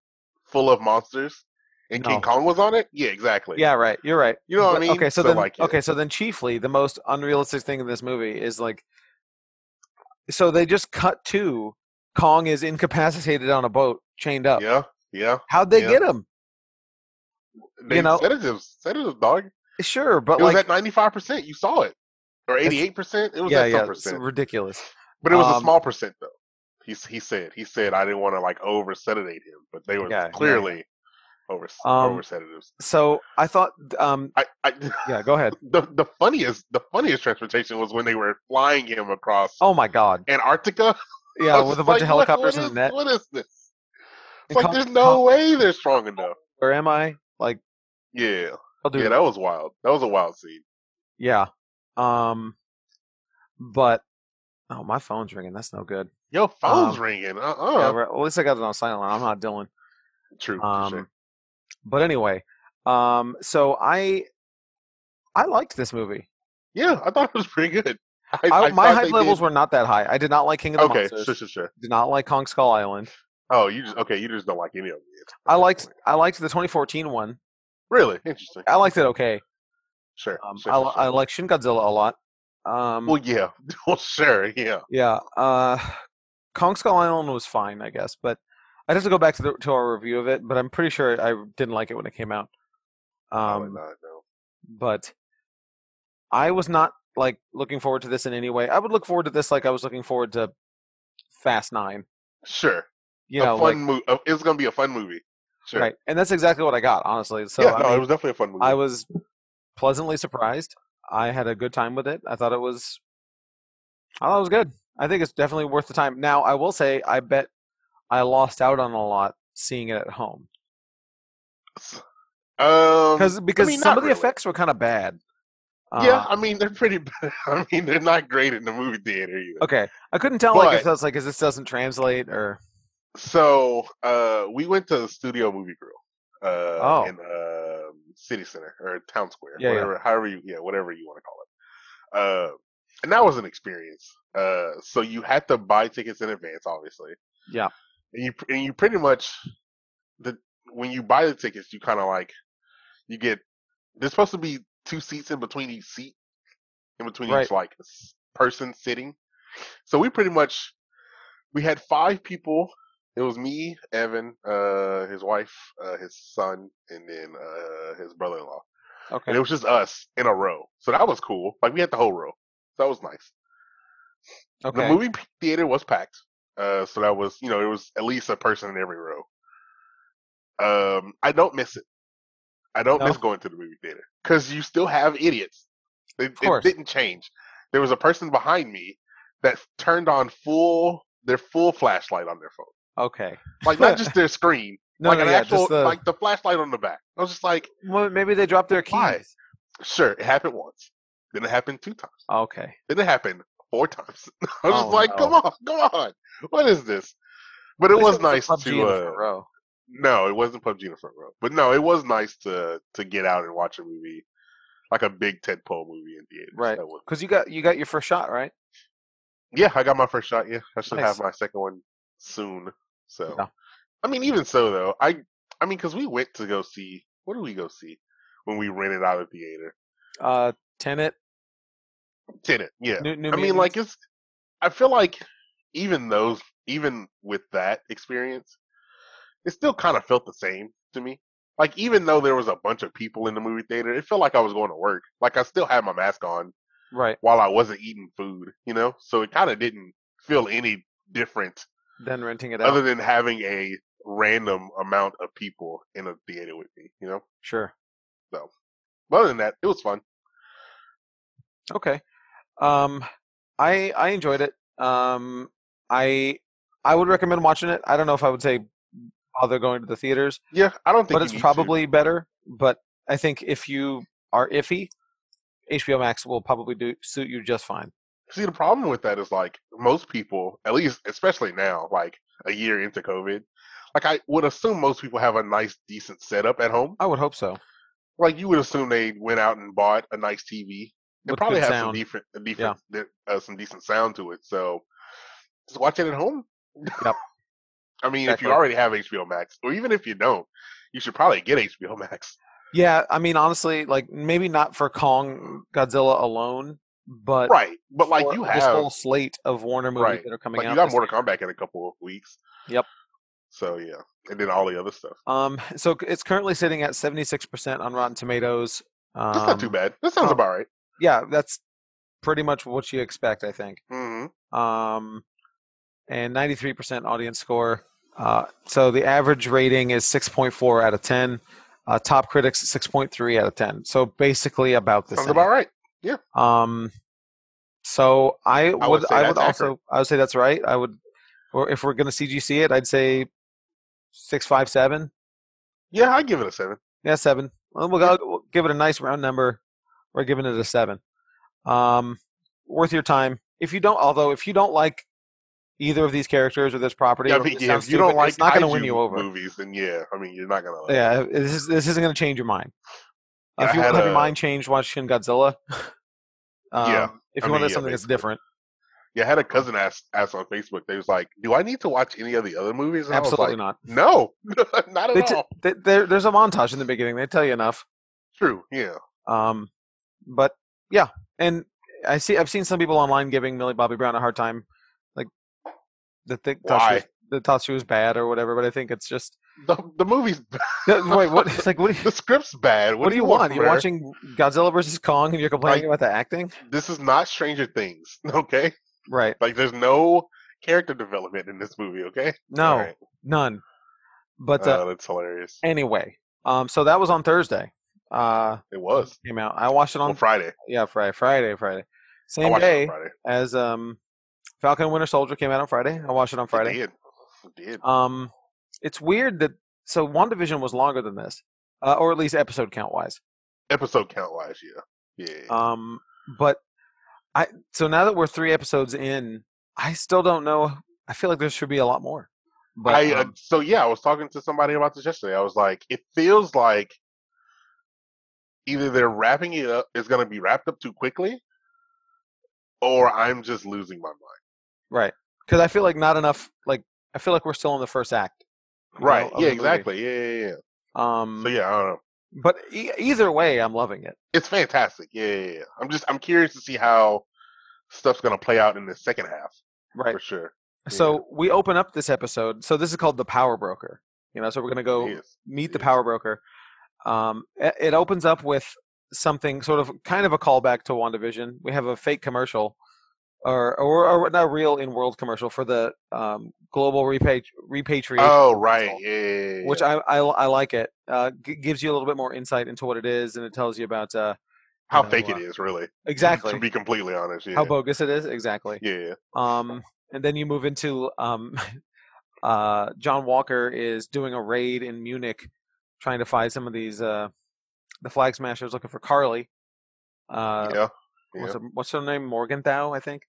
S2: full of monsters and
S1: No.
S2: King Kong was on it? Yeah, exactly.
S1: Yeah, right. You're right.
S2: You know what I
S1: But-
S2: mean?
S1: Okay, so,
S2: So,
S1: then
S2: like, yeah.
S1: okay, so then chiefly the most unrealistic thing in this movie is like so they just cut to Kong is incapacitated on a boat, chained up.
S2: yeah, yeah.
S1: How'd they
S2: yeah.
S1: get him?
S2: They
S1: You know-
S2: sedatives, sedatives, dog.
S1: Sure, but
S2: It was
S1: like
S2: at ninety five percent. You saw it, or
S1: That's-
S2: eighty eight percent. It was
S1: yeah,
S2: at some
S1: yeah, it's
S2: percent,
S1: ridiculous.
S2: but it was a
S1: um,
S2: small percent though. He s- he said he said I didn't want to like over sedate him, but they were
S1: Yeah, yeah,
S2: clearly over
S1: Um,
S2: over sedatives.
S1: So I thought, um,
S2: I, I
S1: yeah, go ahead.
S2: [LAUGHS] the the funniest the funniest transportation was when they were flying him across
S1: Oh my god,
S2: Antarctica. [LAUGHS] I
S1: yeah,
S2: was
S1: with a bunch of
S2: just like, "What-
S1: helicopters
S2: what
S1: in
S2: is-
S1: the net.
S2: What is this?
S1: And
S2: It's like
S1: Con-
S2: there's no
S1: Con-
S2: way they're strong enough.
S1: Where am I? Like,
S2: Yeah,
S1: I'll do
S2: yeah, that was wild. That was a wild scene.
S1: Yeah. Um but oh my phone's ringing. That's no good.
S2: Your phone's
S1: Um,
S2: ringing. Uh
S1: Yeah,
S2: uh
S1: right. at least I got it on silent. I'm not Dylan.
S2: True.
S1: Um
S2: touche.
S1: but anyway, um so I I liked this movie.
S2: yeah, I thought it was pretty good. I,
S1: I,
S2: I
S1: my
S2: thought
S1: hype
S2: they
S1: levels
S2: did-
S1: were not that high. I did not like King of the
S2: okay.
S1: Monsters.
S2: Sure, sure, sure.
S1: Did not like Kong Skull Island.
S2: Oh, you just okay. You just don't like any of it.
S1: I liked I liked the 2014 one.
S2: Really interesting.
S1: I liked it okay.
S2: Sure.
S1: Um,
S2: sure,
S1: I,
S2: sure,
S1: li- I
S2: sure.
S1: like Shin Godzilla a lot. Um,
S2: Well, yeah. [LAUGHS] well, sure. Yeah.
S1: Yeah. Uh, Kong Skull Island was fine, I guess, but I'd have to go back to the, to our review of it. But I'm pretty sure I didn't like it when it came out.
S2: Probably
S1: Um,
S2: not, no.
S1: but I was not like looking forward to this in any way. I would look forward to this like I was looking forward to Fast Nine.
S2: Sure.
S1: You
S2: a
S1: know, like
S2: fun movie. It's gonna be a fun movie. Sure.
S1: right, and that's exactly what I got, honestly. So
S2: yeah.
S1: I,
S2: no,
S1: mean,
S2: it was definitely a fun movie.
S1: I was pleasantly surprised. I had a good time with it. I thought it was, I thought it was good. I think it's definitely worth the time. Now, I will say, I bet I lost out on a lot seeing it at home.
S2: Um,
S1: because because
S2: mean,
S1: some
S2: not
S1: of the
S2: really.
S1: effects were kind of bad.
S2: yeah,
S1: Uh,
S2: I mean they're pretty. [LAUGHS] bad. I mean they're not great in the movie theater either.
S1: okay. I couldn't tell like if
S2: But-
S1: that's like, is this doesn't translate or
S2: So uh, we went to Studio Movie Grill uh,
S1: Oh.
S2: in um City Center or Town Square,
S1: Yeah, yeah.
S2: whatever, however, you, yeah, whatever you want to call it. Uh, and that was an experience. Uh, so you had to buy tickets in advance, obviously.
S1: Yeah.
S2: And you and you pretty much the when you buy the tickets, you kind of like you get there's supposed to be two seats in between each seat, in between
S1: Right.
S2: each like s- person sitting. So we pretty much we had five people. It was me, Evan, uh, his wife, uh, his son, and then uh, his brother-in-law,
S1: okay.
S2: and it was just us in a row. So that was cool. Like we had the whole row. So that was nice.
S1: okay.
S2: The movie theater was packed. Uh, so that was, you know, it was at least a person in every row. Um, I don't miss it. I don't
S1: No?
S2: miss going to the movie theater because you still have idiots. They, it
S1: course.
S2: didn't change. There was a person behind me that turned on full their full flashlight on their phone,
S1: okay.
S2: like not
S1: [LAUGHS]
S2: just their screen,
S1: No,
S2: like
S1: no,
S2: an
S1: yeah,
S2: actual
S1: just the,
S2: like the flashlight on the back. I was just like,
S1: well, maybe they dropped their keys.
S2: Why? sure, it happened once. Then it happened two times.
S1: Okay.
S2: Then it happened four times. [LAUGHS] I was
S1: Oh,
S2: just like,
S1: no.
S2: come on, come on. What is this? But it
S1: At least
S2: was
S1: a
S2: nice
S1: PUBG in the
S2: to
S1: front
S2: uh,
S1: row.
S2: no, it wasn't PUBG in the front row. But no, it was nice to to get out and watch a movie. Like a big tentpole movie in theaters.
S1: Right.
S2: That was-
S1: Because you got you got your first shot, right?
S2: yeah, I got my first shot, yeah. I should
S1: Nice.
S2: have my second one soon. So
S1: Yeah.
S2: I mean even so though, I I mean cuz we went to go see what did we go see when we rented out a theater?
S1: Uh Tenet,
S2: Tenet, yeah.
S1: New, New
S2: I mean,
S1: Mutants.
S2: like it's. I feel like even those, even with that experience, it still kind of felt the same to me. Like even though there was a bunch of people in the movie theater, it felt like I was going to work. Like I still had my mask on
S1: right.
S2: while I wasn't eating food, you know. So it kind of didn't feel any different,
S1: Then renting it out.
S2: other than having a random amount of people in a theater with me, you know.
S1: sure.
S2: But other than that, it was fun.
S1: Okay. Um I I enjoyed it. Um I I would recommend watching it. I don't know if I would say bother going to the theaters,
S2: Yeah, I don't think
S1: but
S2: you
S1: it's
S2: need to.
S1: probably better. But I think if you are iffy, HBO Max will probably do suit you just fine.
S2: See, the problem with that is like most people, at least especially now, like a year into COVID, like I would assume most people have a nice, decent setup at home.
S1: I would hope so.
S2: Like you would assume they went out and bought a nice TV and
S1: With
S2: probably
S1: good
S2: have some
S1: sound.
S2: different, a different, uh, some decent sound to it. So just watch it at home.
S1: Yep.
S2: [LAUGHS] I mean, if
S1: Exactly.
S2: you already have HBO Max, or even if you don't, you should probably get HBO [LAUGHS] Max.
S1: Yeah, I mean, honestly, like maybe not for Kong Godzilla alone, but
S2: Right, but like
S1: Uh, for
S2: you
S1: this
S2: have
S1: whole slate of Warner movies
S2: Right.
S1: that are coming
S2: like
S1: out.
S2: you got
S1: this-
S2: Mortal Kombat in a couple of weeks.
S1: Yep.
S2: So yeah, and then all the other stuff.
S1: Um, so c- it's currently sitting at 76% on Rotten Tomatoes. Um,
S2: That's not too bad. That sounds
S1: oh.
S2: about right.
S1: Yeah, that's pretty much what you expect, I think.
S2: hmm
S1: Um, and 93% audience score. Uh, so the average rating is 6.4 out of 10. Uh, top critics 6.3 out of 10. So basically about the
S2: Sounds
S1: same.
S2: about right.
S1: Um, so I would, I would,
S2: say that's
S1: also, I would say that's right. I would, or if we're going to CGC it, I'd say six, five, seven.
S2: Yeah, I give it a seven.
S1: Yeah, seven. Well, we'll, go, we'll give it a nice round number. We're giving it a seven. Um, worth your time. If you don't, although if you don't like either of these characters or this property,
S2: Yeah, I
S1: or
S2: mean,
S1: it
S2: yeah,
S1: sounds
S2: if you don't
S1: stupid,
S2: like
S1: it's not going to win
S2: kaiju
S1: you over.
S2: movies, then yeah, I mean, you're not gonna. Like
S1: Yeah, this is, this isn't going to change your mind. Uh,
S2: Yeah,
S1: if
S2: I
S1: you want
S2: had
S1: to have your
S2: a-
S1: mind changed, watch Shin Godzilla. [LAUGHS] um,
S2: Yeah,
S1: If
S2: I
S1: you want
S2: mean,
S1: to
S2: yeah,
S1: something that's
S2: basically.
S1: different,
S2: Yeah, I had a cousin ask ask on Facebook. They was like, "Do I need to watch any of the other movies?" And
S1: absolutely
S2: I was
S1: not.
S2: like, "No, [LAUGHS] not at
S1: They t-
S2: all."
S1: Th there, there's a montage in the beginning. They tell you enough.
S2: True. Yeah.
S1: Um, but yeah, and I see I've seen some people online giving Millie Bobby Brown a hard time, like that they thought she
S2: Why?
S1: was, that thought she was bad or whatever. But I think it's just
S2: The the movie's [LAUGHS]
S1: No, wait, what? [LAUGHS] It's like what? Do you,
S2: the script's bad. [LAUGHS] What,
S1: what do you
S2: want?
S1: want?
S2: from
S1: You're
S2: her?
S1: watching Godzilla versus Kong and you're complaining about the acting,
S2: This is not Stranger Things. [LAUGHS] Okay.
S1: right?
S2: Like, there's no character development in this movie. Okay.
S1: No,
S2: All right.
S1: none. But uh,
S2: Oh, that's hilarious.
S1: anyway, um, so that was on Thursday. Uh,
S2: It was
S1: came out. I watched it on
S2: on Friday.
S1: yeah Friday, Friday, Friday,
S2: I
S1: um, same
S2: watched
S1: day
S2: it on Friday.
S1: as um, Falcon and Winter Soldier came out on Friday. I watched it on Friday.
S2: It did. It did.
S1: Um, it's weird that so WandaVision was longer than this, uh, or at least episode count wise.
S2: Episode count wise, yeah. Yeah.
S1: Um, but I so now that we're three episodes in, I still don't know. I feel like there should be a lot more. But
S2: I uh,
S1: um,
S2: so yeah, I was talking to somebody about this yesterday. I was like, it feels like either they're wrapping it up is going to be wrapped up too quickly, or I'm just losing my mind.
S1: right because I feel like not enough. Like I feel like we're still in the first act. you know,
S2: Right?
S1: of
S2: yeah.
S1: the movie.
S2: Exactly. Yeah, yeah. Yeah.
S1: Um,
S2: So yeah, I don't know.
S1: but e- either way, I'm loving it.
S2: It's fantastic. Yeah, yeah, yeah. I'm just I'm curious to see how stuff's going to play out in the second half
S1: Right.
S2: for sure.
S1: So we open up this episode. So this is called the Power Broker. You know, so we're gonna go
S2: Yes.
S1: meet the
S2: Yes.
S1: power broker. Um, it, it opens up with something sort of kind of a callback to WandaVision. We have a fake commercial or or, or not a real in world commercial for the um, global repatri- repatriation,
S2: Oh right.
S1: Council,
S2: Yeah. yeah, yeah,
S1: which
S2: yeah.
S1: I, I I like it. Uh, g- gives you a little bit more insight into what it is, and it tells you about uh,
S2: how
S1: know,
S2: fake
S1: uh,
S2: it is, really. [LAUGHS] To
S1: exactly
S2: be completely honest. Yeah.
S1: how bogus it is. Exactly.
S2: yeah.
S1: Um, and then you move into um, [LAUGHS] uh, John Walker is doing a raid in Munich, trying to find some of these uh, the flag smashers looking for Carly. Uh,
S2: yeah.
S1: What's, her, what's her name? Morgenthau, I think.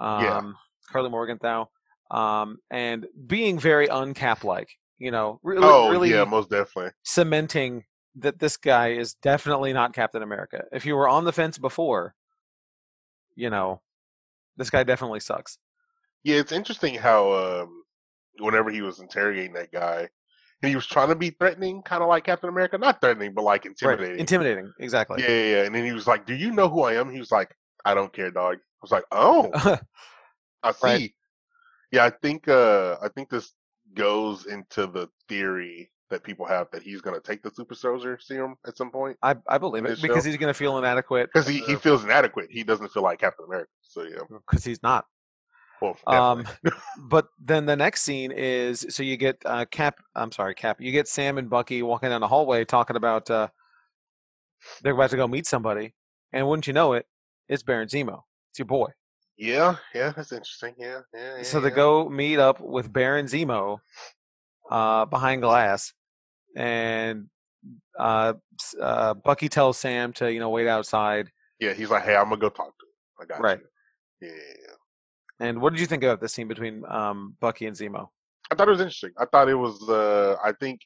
S1: Um,
S2: Yeah.
S1: Carly Morgenthau, um, and being very uncap like, you know, really,
S2: oh
S1: really
S2: yeah, most definitely.
S1: cementing that this guy is definitely not Captain America. If you were on the fence before, you know, this guy definitely sucks.
S2: Yeah, it's interesting how um, whenever he was interrogating that guy, and he was trying to be threatening, kind of like Captain America, not threatening, but like intimidating.
S1: Right. Intimidating, exactly.
S2: yeah, yeah, yeah. And then he was like, "Do you know who I am?" He was like, "I don't care, dog." I was like, "Oh,
S1: [LAUGHS]
S2: I see."
S1: Right.
S2: Yeah, I think uh, I think this goes into the theory that people have that he's gonna take the super soldier serum at some point
S1: I, I believe
S2: in
S1: it
S2: this
S1: because
S2: show?
S1: he's going to feel inadequate
S2: because he, he feels inadequate. He doesn't feel like Captain America. So yeah,
S1: because he's not.
S2: well,
S1: Um,
S2: [LAUGHS]
S1: but then the next scene is so you get uh, Cap. I'm sorry, Cap. You get Sam and Bucky walking down the hallway talking about uh, they're about to go meet somebody, and wouldn't you know it, it's Baron Zemo. It's your boy.
S2: yeah, yeah, that's interesting. Yeah, yeah. yeah
S1: so they
S2: yeah.
S1: go meet up with Baron Zemo uh, behind glass, and uh, s- uh, Bucky tells Sam to you know wait outside.
S2: Yeah, he's like, hey, I'm gonna go talk to him. I got
S1: Right.
S2: you. Yeah,
S1: And what did you think about this scene between um, Bucky and Zemo?
S2: I thought it was interesting. I thought it was. uh I think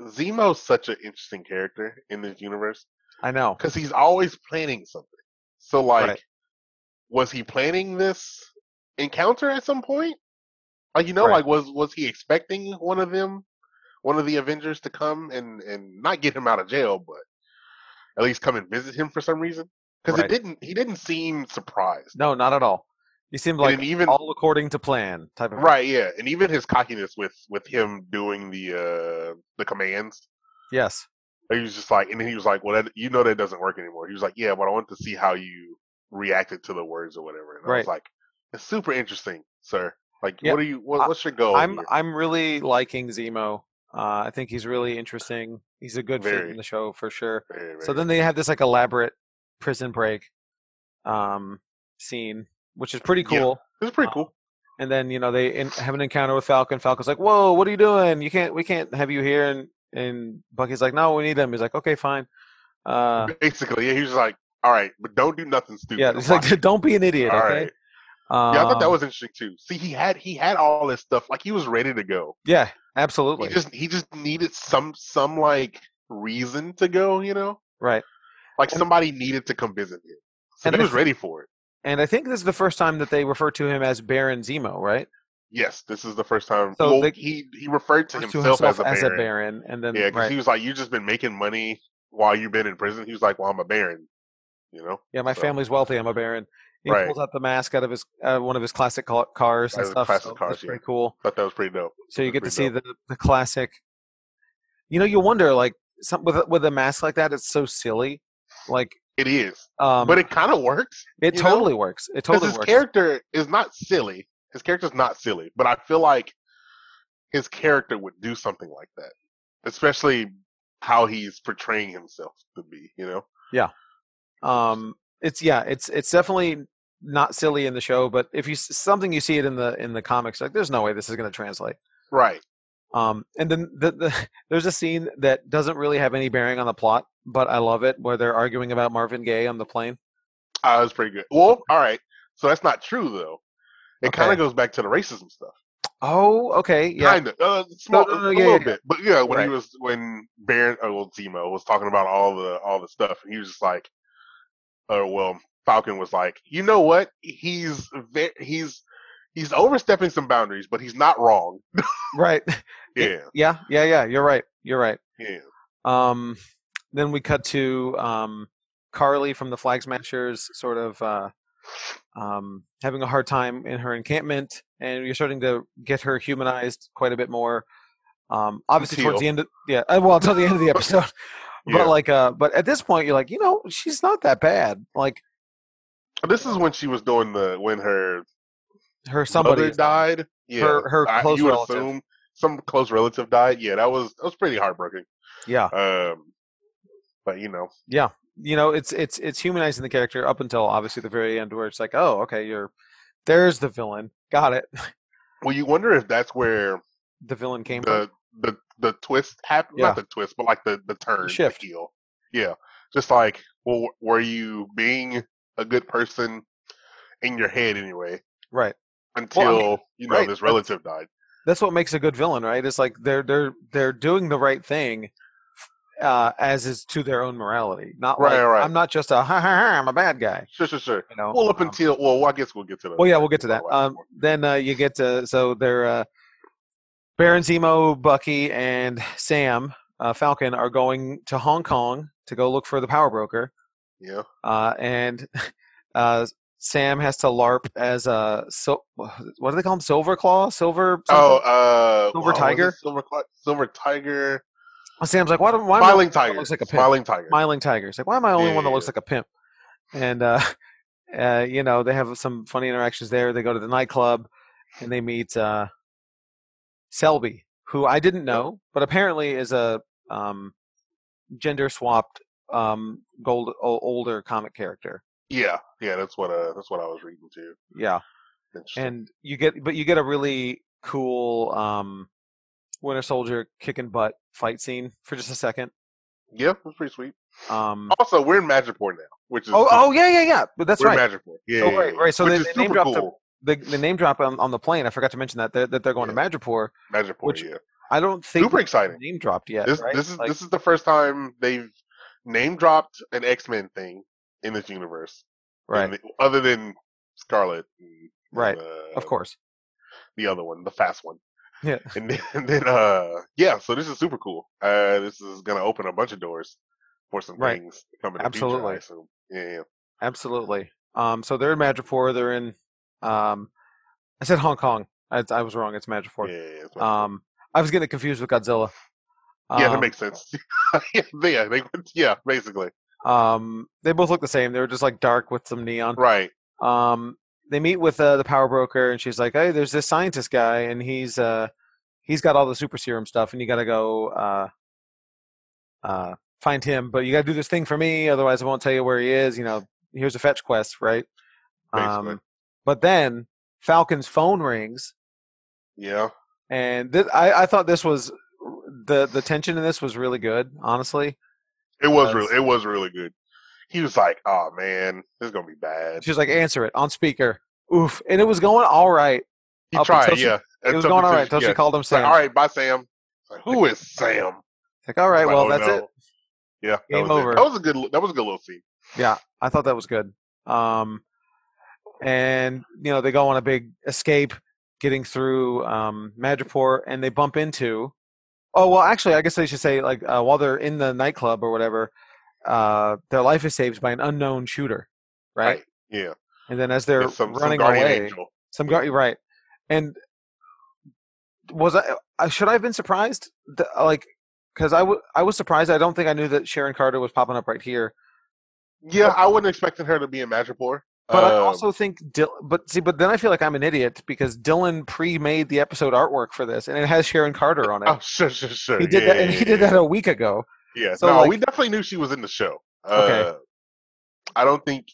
S2: Zemo's such an interesting character in this universe
S1: I know.
S2: because he's always planning something. So like,
S1: Right.
S2: was he planning this encounter at some point? Like you know,
S1: Right.
S2: like was was he expecting one of them, one of the Avengers to come and and not get him out of jail, but at least come and visit him for some reason? Because
S1: Right.
S2: it didn't. He didn't seem surprised.
S1: No, not at all. He seemed like
S2: and even-
S1: all according to plan type of
S2: Right, yeah, and even his cockiness with with him doing the uh the commands,
S1: Yes.
S2: he was just like, and then he was like, "Well, that, you know that doesn't work anymore." He was like, "Yeah, but I want to see how you reacted to the words or whatever." And I
S1: Right.
S2: was like, "It's super interesting, sir. Like,
S1: Yeah.
S2: what are you? What,
S1: I-
S2: what's your goal?"
S1: I'm
S2: here?"
S1: I'm really liking Zemo. Uh, I think he's really interesting. He's a good fit in
S2: Very.
S1: the show for sure.
S2: Very,
S1: So
S2: very-
S1: then they have this like elaborate prison break um scene, which is pretty
S2: Yeah.
S1: cool.
S2: it's pretty
S1: uh,
S2: cool.
S1: And then you know they in, have an encounter with Falcon. Falcon's like, "Whoa, what are you doing? You can't, we can't have you here." And and Bucky's like, "No, we need him." He's like, "Okay, fine." Uh,
S2: Basically, yeah, he was like, "All right, but don't do nothing stupid."
S1: yeah,
S2: [LAUGHS] I'm
S1: he's like,
S2: watching."
S1: "Don't be an idiot."
S2: All
S1: okay.
S2: right. Yeah, I thought that
S1: Um,
S2: was interesting too. See, he had he had all this stuff. Like he was ready to go.
S1: yeah,
S2: He
S1: absolutely
S2: just he just needed some some like reason to go. You know,
S1: right.
S2: like
S1: And-
S2: somebody needed to come visit him. So
S1: And
S2: he
S1: I
S2: was
S1: th-
S2: ready for it.
S1: And I think this is the first time that they refer to him as Baron Zemo, right?
S2: Yes, this is the first time.
S1: So
S2: well,
S1: they-
S2: he he referred to
S1: Refers
S2: himself, as a baron.
S1: baron, and then
S2: Yeah, because
S1: right.
S2: he was like, "You just been making money while you've been in prison." He was like, "Well, I'm a baron," you know.
S1: yeah, my
S2: so-
S1: family's wealthy. I'm a baron. He
S2: Right.
S1: pulls out the mask out of his uh, one of his classic ca- cars and
S2: Out of his
S1: stuff.
S2: classic
S1: so
S2: cars,
S1: that's
S2: yeah.
S1: pretty cool.
S2: Thought that was pretty dope.
S1: So you
S2: That's
S1: get to see
S2: pretty
S1: the, the classic. You know, you wonder like some with a- with a mask like that, it's so silly. Like,
S2: It is,
S1: um,
S2: but it kind of works
S1: it
S2: you know?
S1: totally works. It
S2: because
S1: totally
S2: his
S1: works.
S2: character is not silly. His character's not silly, but I feel like his character would do something like that, especially how he's portraying himself to be. You know,
S1: um it's yeah it's it's definitely not silly in the show but if you s- something you see it in the in the comics like there's no way this is going to translate
S2: right?
S1: um and then the, the [LAUGHS] there's a scene that doesn't really have any bearing on the plot but i love it where they're arguing about marvin gaye on the plane
S2: Uh, that's pretty good. Well, all right. So that's not true though. It
S1: Okay.
S2: kind of goes back to the racism stuff.
S1: oh okay yeah
S2: Kind of, uh, small,
S1: no, no,
S2: a
S1: yeah,
S2: little
S1: yeah,
S2: bit, but yeah. When
S1: Right.
S2: he was when Baron or well, Zemo was talking about all the all the stuff, and he was just like, "Oh well." Falcon was like, "You know what? He's ve- he's he's overstepping some boundaries, but he's not wrong."
S1: right [LAUGHS]
S2: Yeah,
S1: yeah yeah yeah you're right you're right
S2: yeah.
S1: um then we cut to um carly from the flag smashers sort of uh um, having a hard time in her encampment, and you're starting to get her humanized quite a bit more. Um, obviously, towards
S2: Until-
S1: the end, of, yeah, uh, well, until the end of
S2: [LAUGHS]
S1: the episode. [LAUGHS]
S2: Yeah.
S1: But like, uh, but at this point, you're like, you know, she's not that bad. Like
S2: This is when she was doing the when her
S1: her somebody
S2: mother
S1: is dying.
S2: died. Yeah,
S1: Her- her close
S2: you would
S1: relative.
S2: assume some close relative died. Yeah, that was that was pretty heartbreaking.
S1: Yeah,
S2: Um, but you know,
S1: you know, it's it's it's humanizing the character up until obviously the very end, where it's like, oh, okay, you're there's the villain. Got it. [LAUGHS]
S2: well, you wonder if that's where
S1: The villain came from.
S2: the the the twist happened.
S1: Yeah.
S2: Not the twist, but like the the turn,
S1: Shift.
S2: the heel. Yeah, just like well, were you being a good person in your head anyway
S1: Right.
S2: until
S1: Well, I mean,
S2: you know
S1: right,
S2: this
S1: that's-
S2: relative died?
S1: That's what makes a good villain, right? It's like they're they're they're doing the right thing. Uh, as is to their own morality, not
S2: Right,
S1: like
S2: right.
S1: I'm not just a ha ha ha. I'm a bad guy.
S2: Sure, sure, sure.
S1: you know.
S2: Well, up
S1: um,
S2: until well, I guess we'll get to that.
S1: well, yeah, we'll get to that.
S2: All right.
S1: Um, then uh, you get to so they're uh, Baron Zemo, Bucky, and Sam uh, Falcon are going to Hong Kong to go look for the power broker,
S2: yeah.
S1: uh, and [LAUGHS] uh, Sam has to LARP as a so what do they call him? Silver Claw, Silver.
S2: Oh,
S1: something?
S2: uh,
S1: Silver
S2: wow, was it
S1: Tiger?
S2: Silver, Cla- Silver Tiger,
S1: Sam's like, why, do- why am I the
S2: Smiling
S1: one that
S2: Tiger,
S1: Looks like a pimp?
S2: Smiling Tiger.
S1: smiling tiger. He's like, why am I the only one that
S2: Yeah.
S1: looks like a pimp? And uh, [LAUGHS] uh, you know, they have some funny interactions there. They go to the nightclub and they meet uh, Selby, who I didn't know, but apparently is a um, gender swapped um, gold o- older comic character.
S2: yeah, yeah, that's what uh, that's what I was reading too.
S1: Yeah,
S2: Interesting.
S1: and you get, but you get a really cool um, Winter Soldier kicking butt fight scene for just a second.
S2: yeah, that's pretty sweet.
S1: Um,
S2: Also, we're in Madripoor now, which Oh, is
S1: oh, oh, yeah, yeah, yeah. But that's
S2: we're
S1: right.
S2: in Madripoor. Yeah,
S1: So,
S2: yeah,
S1: right,
S2: yeah,
S1: right, so
S2: which
S1: they-
S2: is
S1: they name
S2: super
S1: dropped the-
S2: cool.
S1: the, the name drop on, on the plane. I forgot to mention that they're, that they're going to Madripoor.
S2: Madripoor,
S1: which
S2: yeah,
S1: I don't think
S2: super
S1: it's
S2: exciting.
S1: name dropped yet.
S2: This
S1: right?
S2: this is
S1: Like,
S2: this is the first time they've name dropped an X Men thing in this universe,
S1: right,
S2: And the- other than Scarlet, and,
S1: Right,
S2: and, uh,
S1: of course.
S2: the other one, the fast one.
S1: Yeah.
S2: And then, [LAUGHS] and then uh yeah, so this is super cool. Uh this is gonna open a bunch of doors for some
S1: Right.
S2: things coming
S1: Absolutely.
S2: in the future, I assume. Yeah, yeah.
S1: Absolutely. Um, so they're in Madripoor. They're in Um, I said Hong Kong. I, I was wrong. It's
S2: Yeah,
S1: Madripoor.
S2: yeah, yeah.
S1: Um, I was getting confused with Godzilla.
S2: yeah that
S1: Um,
S2: makes sense. [LAUGHS] yeah, they, yeah, basically.
S1: um, they both look the same. They were just like dark with some neon.
S2: Right.
S1: Um, they meet with uh, the power broker, and she's like, "Hey, there's this scientist guy, and he's uh, he's got all the super serum stuff, and you got to go uh, uh, find him. But you got to do this thing for me, otherwise I won't tell you where he is. You know, here's a fetch quest, right?
S2: Basically.
S1: Um, but then Falcon's phone rings,
S2: Yeah.
S1: and th- I, I thought this was the the tension in this was really good, honestly.
S2: It was
S1: Because-
S2: really it was really good. He was like, "Oh man, this is gonna be bad."
S1: She was like, "Answer it on speaker." Oof, and it was going all right.
S2: He
S1: up
S2: tried,
S1: until she-
S2: yeah.
S1: It was going all right until she
S2: yeah.
S1: called him
S2: It's like,
S1: Sam.
S2: all right, bye, Sam. It's Like, Who is Sam?
S1: Like, all right,
S2: Like,
S1: well,
S2: oh,
S1: that's
S2: no.
S1: it.
S2: Yeah, that
S1: Game
S2: was
S1: over.
S2: It. That was a good. That was a good little scene.
S1: Yeah, I thought that was good. Um, and you know they go on a big escape, getting through um, Madripoor, and they bump into. Oh well, actually, I guess they should say like uh, while they're in the nightclub or whatever, uh, their life is saved by an unknown shooter, right?
S2: Right. Yeah,
S1: And then as they're
S2: It's some, some
S1: running
S2: guardian
S1: away,
S2: angel.
S1: some guard, right? And was I I- should I have been surprised? Th- Like, because I wa- I was surprised. I don't think I knew that Sharon Carter was popping up right here.
S2: Yeah, I wasn't expecting her to be in Madripoor.
S1: But I
S2: Um,
S1: also think, Dil- but see, but then I feel like I'm an idiot because Dylan pre-made the episode artwork for this, and it has Sharon Carter on it.
S2: oh, [LAUGHS] sure, sure, sure.
S1: he did
S2: yeah,
S1: that, and
S2: yeah,
S1: he did
S2: yeah.
S1: that a week ago.
S2: Yeah,
S1: So,
S2: no,
S1: like-
S2: we definitely knew she was in the show.
S1: Okay.
S2: Uh, I don't think.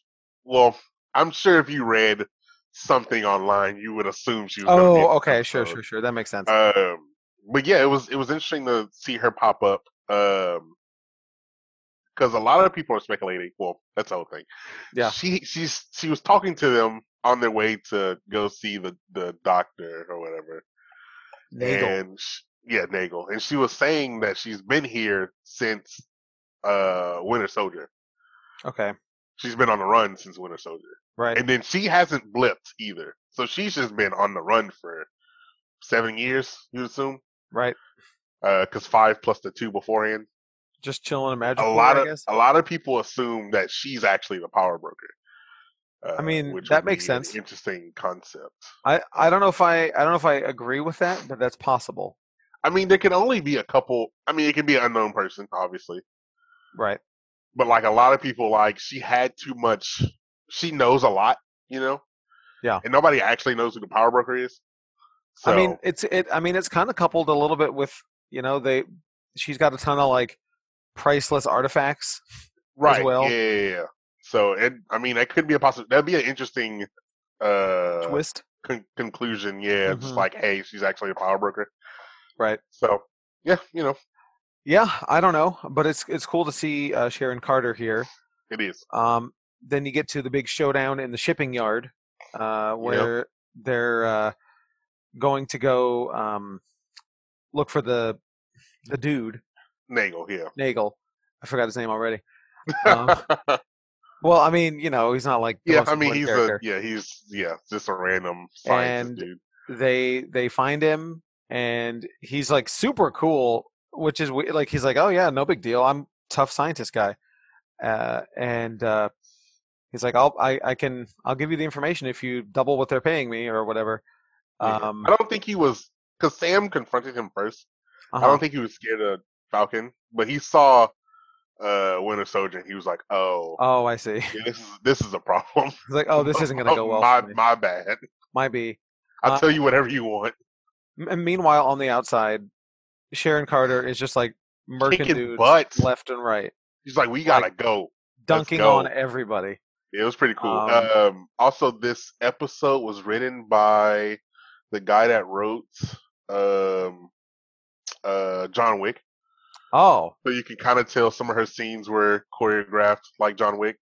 S2: Well, I'm sure if you read something online, you would assume she was. gonna be in
S1: Oh,
S2: the
S1: okay, sure,
S2: episode.
S1: sure, sure. That makes sense.
S2: Um, but yeah, it was it was interesting to see her pop up. Um, because a lot of people are speculating. Well, that's the whole thing.
S1: Yeah.
S2: she she's she was talking to them on their way to go see the the doctor or whatever.
S1: Nagel.
S2: And sh yeah, Nagel, and she was saying that she's been here since uh Winter Soldier.
S1: Okay,
S2: She's been on the run since Winter Soldier,
S1: right.
S2: and then she hasn't blipped either. So she's just been on the run for seven years, you'd assume
S1: right.
S2: because five plus the two beforehand.
S1: Just chilling,
S2: A
S1: imagine.
S2: lot
S1: I
S2: of
S1: guess.
S2: a lot of people assume that she's actually the power broker. Uh,
S1: mean,
S2: which
S1: that
S2: would
S1: makes
S2: be an
S1: sense.
S2: interesting concept.
S1: I I don't know if I I don't know if I agree with that, but that's possible.
S2: I mean, there can only be a couple. I mean, it can be an unknown person, obviously,
S1: Right.
S2: but like a lot of people, like she had too much. She knows a lot, you know.
S1: Yeah.
S2: And nobody actually knows who the power broker is. So
S1: I mean, it's it. I mean, it's kind of coupled a little bit with you know they. She's got a ton of like priceless artifacts.
S2: right,
S1: well.
S2: yeah, yeah, yeah. So it. I mean, that could be a possible. That'd be an interesting uh
S1: twist.
S2: con- conclusion. Yeah,
S1: Mhm.
S2: just like hey, she's actually a power broker.
S1: Right.
S2: So yeah, you know,
S1: Yeah, I don't know, but it's it's cool to see uh, Sharon Carter here.
S2: it is.
S1: Um, then you get to the big showdown in the shipping yard, uh, where they're uh, going to go um, look for the the dude
S2: Nagel, yeah.
S1: Nagel. I forgot his name already.
S2: [LAUGHS]
S1: Um, well, I mean, you know, he's not like the
S2: yeah,
S1: most
S2: I mean
S1: important
S2: he's
S1: character.
S2: a yeah, he's yeah, just a random
S1: And-
S2: scientist dude.
S1: they they find him and he's like super cool which is we- like he's like oh yeah no big deal i'm tough scientist guy uh, and uh, he's like i'll I, I can i'll give you the information if you double what they're paying me or whatever
S2: Yeah.
S1: um
S2: I don't think he was because Sam confronted him 1st I
S1: uh-huh.
S2: don't think he was scared of Falcon, but he saw uh Winter Soldier. and He was like, "Oh,
S1: oh i see [LAUGHS] he's
S2: yeah, this is this is a problem.
S1: like oh this isn't
S2: [LAUGHS]
S1: gonna go well
S2: my
S1: for me.
S2: my bad.
S1: might be
S2: I'll
S1: Uh,
S2: tell you whatever you want.
S1: M- and meanwhile on the outside sharon carter is just like murking
S2: Kicking
S1: dudes
S2: butt.
S1: left and right
S2: He's like, we gotta go.
S1: dunking
S2: go.
S1: on everybody
S2: It was pretty cool.
S1: Um,
S2: um, also, this episode was written by the guy that wrote um, uh, John Wick.
S1: oh
S2: So you can kind of tell some of her scenes were choreographed like John Wick.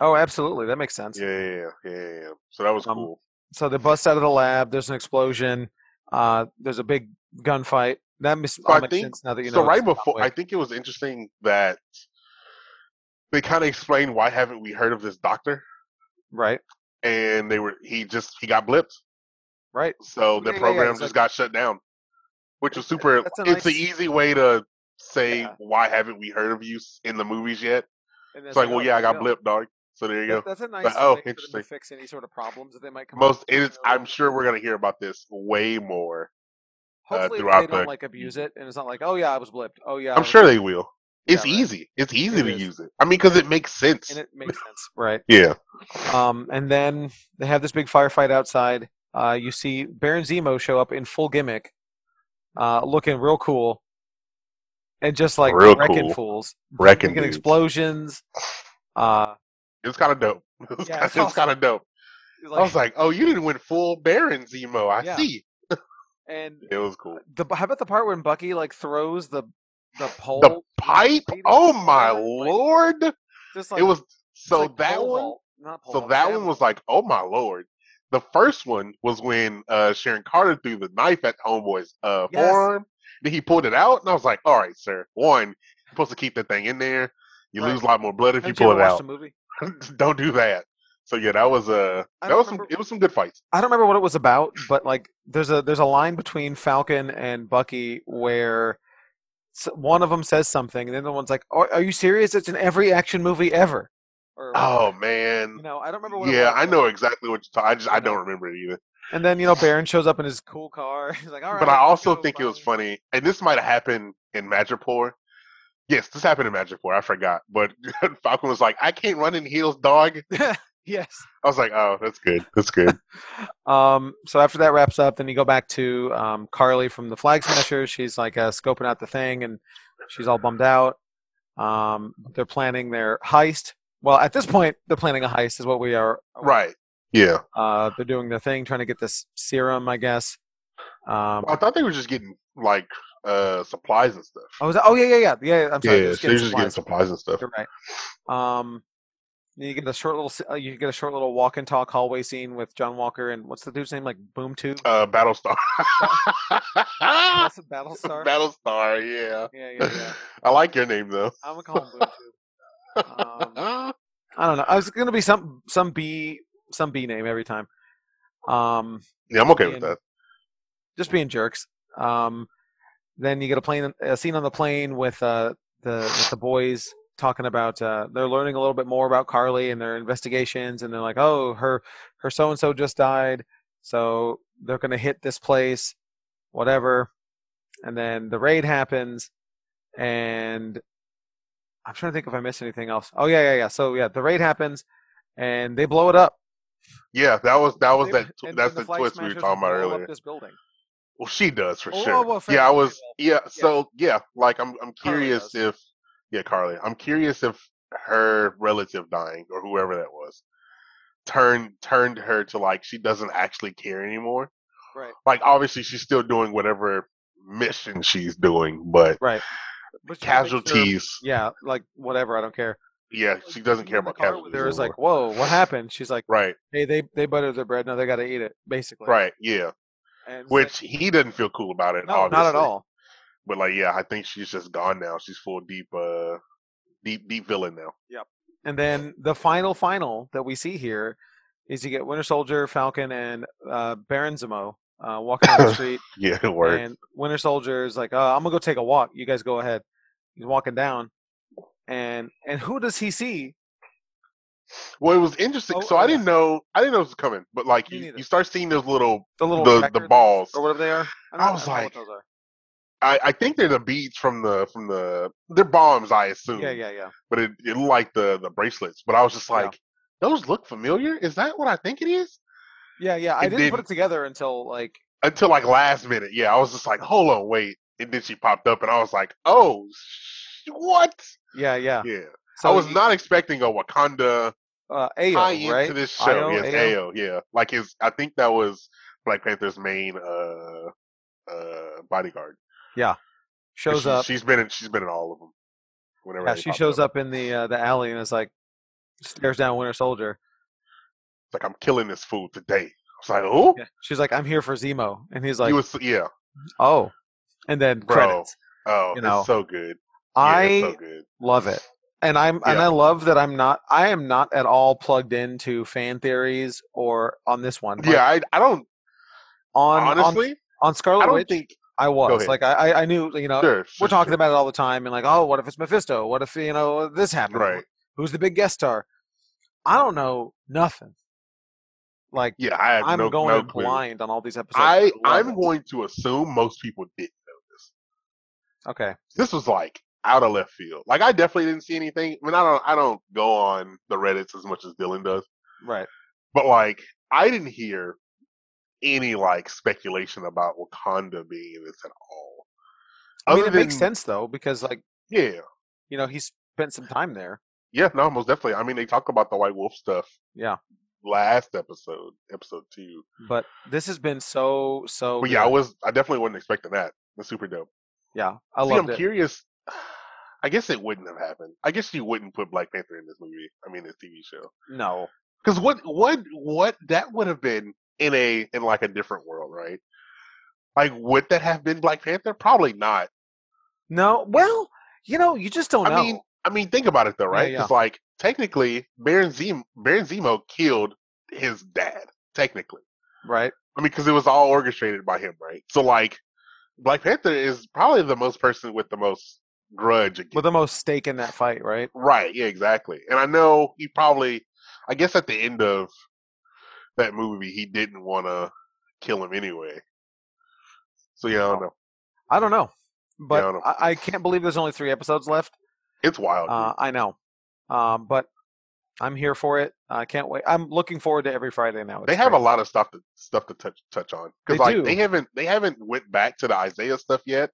S1: oh absolutely that makes sense
S2: Yeah, yeah, yeah. yeah, yeah. So that was
S1: Um,
S2: cool.
S1: so they bust out of the lab. There's an explosion. Uh, there's a big gunfight. That mis- all
S2: I
S1: makes
S2: think-
S1: sense now that you know.
S2: so right
S1: it's John
S2: before, I
S1: Wick.
S2: think it was interesting that they kind of explained why haven't we heard of this doctor,
S1: right,
S2: and they were he just he got blipped,
S1: right.
S2: so
S1: Yeah,
S2: the
S1: yeah, yeah,
S2: program
S1: it's
S2: just
S1: like-
S2: got shut down, which was super.
S1: That's a
S2: It's an
S1: nice-
S2: easy way to say
S1: Yeah.
S2: why haven't we heard of you s- in the movies yet.
S1: And
S2: It's like, well,
S1: oh,
S2: yeah, I
S1: there you
S2: got
S1: go.
S2: blipped, dog. So there you go.
S1: That's a nice
S2: oh,
S1: way for them
S2: interesting.
S1: to fix any sort of problems that they might come up
S2: Most
S1: with,
S2: it is,
S1: so
S2: I'm uh, sure we're gonna hear about this way more. uh,
S1: Hopefully
S2: throughout
S1: they don't
S2: the-
S1: like
S2: [LAUGHS]
S1: abuse it, and it's not like, oh yeah, I was blipped. Oh yeah, I
S2: I'm
S1: was
S2: sure they will. It's
S1: Yeah, right.
S2: easy. It's easy
S1: It
S2: to
S1: is.
S2: use it. I mean, because it makes sense.
S1: and it makes sense, right?
S2: Yeah.
S1: Um, and then they have this big firefight outside. Uh, you see Baron Zemo show up in full gimmick, uh, looking real cool, and just like
S2: Real
S1: wrecking
S2: cool.
S1: fools,
S2: Wrecking
S1: making
S2: dudes.
S1: explosions. Uh,
S2: It's kind of dope. [LAUGHS] It's
S1: Yeah,
S2: kind
S1: it's
S2: of
S1: awesome.
S2: dope.
S1: he's
S2: I
S1: like,
S2: was like, oh, you didn't win full Baron Zemo. I
S1: Yeah.
S2: see.
S1: and
S2: It was cool.
S1: the how about the part when Bucky like throws the the pole,
S2: The pipe. Oh my
S1: Like,
S2: lord!
S1: just
S2: It was
S1: it's
S2: so
S1: like
S2: that
S1: pole
S2: one.
S1: vault- not pole
S2: So
S1: vault,
S2: that
S1: jab-
S2: one was like, oh my lord. The first one was when uh, Sharon Carter threw the knife at Homeboy's uh,
S1: Yes.
S2: forearm. Then he pulled it out, and I was like, all right, sir. One, you're supposed to keep that thing in there. You
S1: Right.
S2: lose a lot more blood if you
S1: Haven't
S2: pull
S1: ever
S2: it
S1: watched
S2: out.
S1: a movie?
S2: [LAUGHS] Don't do that. So yeah, that was uh,
S1: I
S2: that
S1: don't
S2: was some
S1: remember-
S2: it was some good fights.
S1: I don't remember what it was about, but like there's a there's a line between Falcon and Bucky where s- one of them says something, and then the one's like, "Are, are you serious? It's in every action movie ever." Or,
S2: Oh man.
S1: you know, I don't remember. What it
S2: Yeah,
S1: was,
S2: I
S1: but-
S2: know exactly what you're talking. I just I
S1: You know.
S2: don't remember it either.
S1: And then you know Baron shows up in his cool car. [LAUGHS] He's like, "All right."
S2: but I
S1: let's
S2: also
S1: go,
S2: think it was
S1: finally."
S2: funny, and this might have happened in Madripoor. Yes, this happened in Madripoor. I forgot, but [LAUGHS] Falcon was like, "I can't run in heels, dog."
S1: [LAUGHS] Yes.
S2: I was like, "Oh, that's good. That's [LAUGHS] good."
S1: Um, so after that wraps up, then you go back to um, Carly from the Flag Smashers. She's like uh, scoping out the thing, and she's all bummed out. Um, they're planning their heist. Well, at this point, they're planning a heist, is what we are.
S2: right? Yeah.
S1: Uh, they're doing their thing, trying to get this serum, I guess. Um,
S2: I thought they were just getting like uh supplies and stuff.
S1: I was. Oh yeah, yeah, yeah, yeah. I'm sorry.
S2: yeah,
S1: just
S2: so they
S1: getting
S2: were just getting
S1: supplies.
S2: supplies and stuff.
S1: You're right. Um, you get a short little. s- Uh, you get a short little walk and talk hallway scene with John Walker and what's the dude's name? Like Boom Tube,
S2: Uh, Battlestar.
S1: [LAUGHS]
S2: Ah!
S1: Battlestar.
S2: Battlestar. Yeah.
S1: yeah, yeah, yeah.
S2: [LAUGHS] I like your name though.
S1: I'm gonna call him Boom Tube. Um, [LAUGHS] I don't know. I was gonna be some some B some B name every time. Um,
S2: yeah, I'm okay with
S1: and-
S2: that.
S1: just being jerks. Um, then you get a plane a scene on the plane with uh the with the boys talking about uh they're learning a little bit more about Carly and their investigations and they're like, oh her her so and so just died, so they're gonna hit this place, whatever. And then the raid happens, and I'm trying to think if I missed anything else. Oh yeah, yeah, yeah. So yeah, the raid happens, and they blow it up.
S2: Yeah, that was that was
S1: They-
S2: that. tw-
S1: and-
S2: That's
S1: and
S2: the,
S1: Flag
S2: twist we were
S1: Smashers
S2: talking about
S1: blow up
S2: earlier.
S1: This building.
S2: Well, she does for
S1: Oh,
S2: sure.
S1: oh, well, fair
S2: yeah, I
S1: enough,
S2: was.
S1: very
S2: Yeah, so yeah, like I'm. I'm
S1: Carly
S2: curious
S1: does.
S2: if. Yeah, Carly. I'm curious if her relative dying or whoever that was turned turned her to like she doesn't actually care anymore.
S1: Right.
S2: Like obviously she's still doing whatever mission she's doing, but
S1: Right. But she makes sure-
S2: casualties.
S1: yeah, like whatever, I don't care.
S2: Yeah, she doesn't care about casualties.
S1: There is
S2: anymore.
S1: like, whoa, what happened? She's like,
S2: right,
S1: hey, they they buttered their bread. Now they got to eat it, basically.
S2: right, yeah.
S1: And it's
S2: Which he doesn't feel cool about it.
S1: like, no,
S2: obviously.
S1: not at all.
S2: But like, yeah, I think she's just gone now. She's full deep, uh, deep, deep villain now.
S1: And then the final final that we see here is you get Winter Soldier, Falcon, and uh, Baron Zemo uh, walking
S2: [COUGHS]
S1: down the street.
S2: Yeah, [LAUGHS] it worked.
S1: And Winter Soldier is like, uh, I'm gonna go take a walk. You guys go ahead. He's walking down, and and who does he see?
S2: Well, it was interesting.
S1: Oh,
S2: so
S1: oh,
S2: I didn't know. I didn't know it was coming, but like
S1: Me
S2: you,
S1: neither.
S2: you start seeing those little.
S1: The little
S2: The- the
S1: tracker things
S2: balls.
S1: or whatever they are. don't
S2: I
S1: know-
S2: was
S1: don't know what
S2: like-
S1: those are.
S2: I, I think they're the beads from the from the. They're bombs, I assume.
S1: yeah, yeah, yeah.
S2: But it, it looked like the the bracelets. But I was just
S1: Yeah.
S2: like, those look familiar. Is that what I think it is?
S1: Yeah, yeah. I
S2: It
S1: didn't put
S2: didn't.
S1: it together until like
S2: Until like last minute. Yeah, I was just like, hold on, wait. And then she popped up, and I was like, oh, sh- what?
S1: yeah, yeah.
S2: Yeah.
S1: So
S2: I was
S1: he-
S2: not expecting a Wakanda
S1: uh,
S2: tie
S1: Ayo,
S2: into
S1: right?
S2: this show.
S1: Ayo, Ayo.
S2: yes, Ayo. yeah. Like his, I think that was Black Panther's main uh uh bodyguard.
S1: Shows
S2: she,
S1: up.
S2: She's been in. She's been in all of them. Whenever
S1: yeah,
S2: they
S1: she
S2: popped
S1: shows up in the uh, the alley and is like stares down Winter Soldier.
S2: It's like I'm killing this fool today. I was like, oh,
S1: Yeah. She's like, "I'm here for Zemo," and he's
S2: he
S1: like,
S2: was. Yeah.
S1: "Oh," and then
S2: Bro,
S1: credits.
S2: Oh,
S1: You know,
S2: it's so good. Yeah,
S1: I
S2: it's so good.
S1: love it, and I'm and
S2: Yeah.
S1: I love that I'm not I am not at all plugged into fan theories or on this one. Like,
S2: yeah, I, I don't
S1: on
S2: honestly.
S1: on, on Scarlet
S2: I don't
S1: Witch,
S2: think.
S1: I was
S2: ahead.
S1: like, I I- I knew you know.
S2: Sure, sure,
S1: We're talking
S2: sure.
S1: about it all the time, and like, oh, what if it's Mephisto? What if you know this happened?
S2: right.
S1: Who's the big guest star? I don't know nothing. Like
S2: Yeah, I have
S1: I'm
S2: no,
S1: going
S2: no
S1: in
S2: clue.
S1: blind on all these episodes.
S2: I
S1: love
S2: I'm
S1: it.
S2: going to assume most people did.
S1: Okay.
S2: This was like out of left field. Like I definitely didn't see anything. I mean, I don't I don't go on the Reddits as much as Dylan does.
S1: Right.
S2: But like, I didn't hear any like speculation about Wakanda being in this at all.
S1: I mean,
S2: Other
S1: it makes
S2: than-
S1: sense though because like
S2: Yeah,
S1: you know he spent some time there.
S2: yeah, no, most definitely. I mean, they talk about the White Wolf stuff.
S1: Yeah.
S2: last episode, episode two.
S1: But this has been so so.
S2: but Hmm. yeah, I
S1: good.
S2: was, I definitely wasn't expecting that. That's super dope.
S1: yeah, I
S2: See,
S1: loved
S2: I'm
S1: it.
S2: curious. [SIGHS] I guess it wouldn't have happened. I guess you wouldn't put Black Panther in this movie. I mean, this TV show.
S1: No,
S2: Because what, what, what that would have been in a in like a different world, right? Like, would that have been Black Panther? Probably not.
S1: no. Well, you know, you just don't
S2: I
S1: know.
S2: mean, I mean, think about it though, right?
S1: Oh, yeah.
S2: It's like technically, Baron Zemo, Baron Zemo killed his dad. Technically,
S1: right?
S2: I mean, because it was all orchestrated by him, right? So like, Black Panther is probably the most person with the most grudge. Against
S1: With the most stake in that fight, right?
S2: Right? Yeah, exactly. And I know he probably, I guess, at the end of that movie, he didn't want to kill him anyway. So yeah,
S1: Oh.
S2: I don't know.
S1: I don't know, but
S2: I don't know.
S1: I, I can't believe there's only three episodes left.
S2: It's wild. dude.
S1: Uh, I know, um, but I'm here for it. I can't wait. I'm looking forward to every Friday now.
S2: they
S1: It's
S2: have
S1: great.
S2: a lot of stuff to stuff to touch touch on
S1: They
S2: because like
S1: do.
S2: they haven't they haven't went back to the Isaiah stuff yet,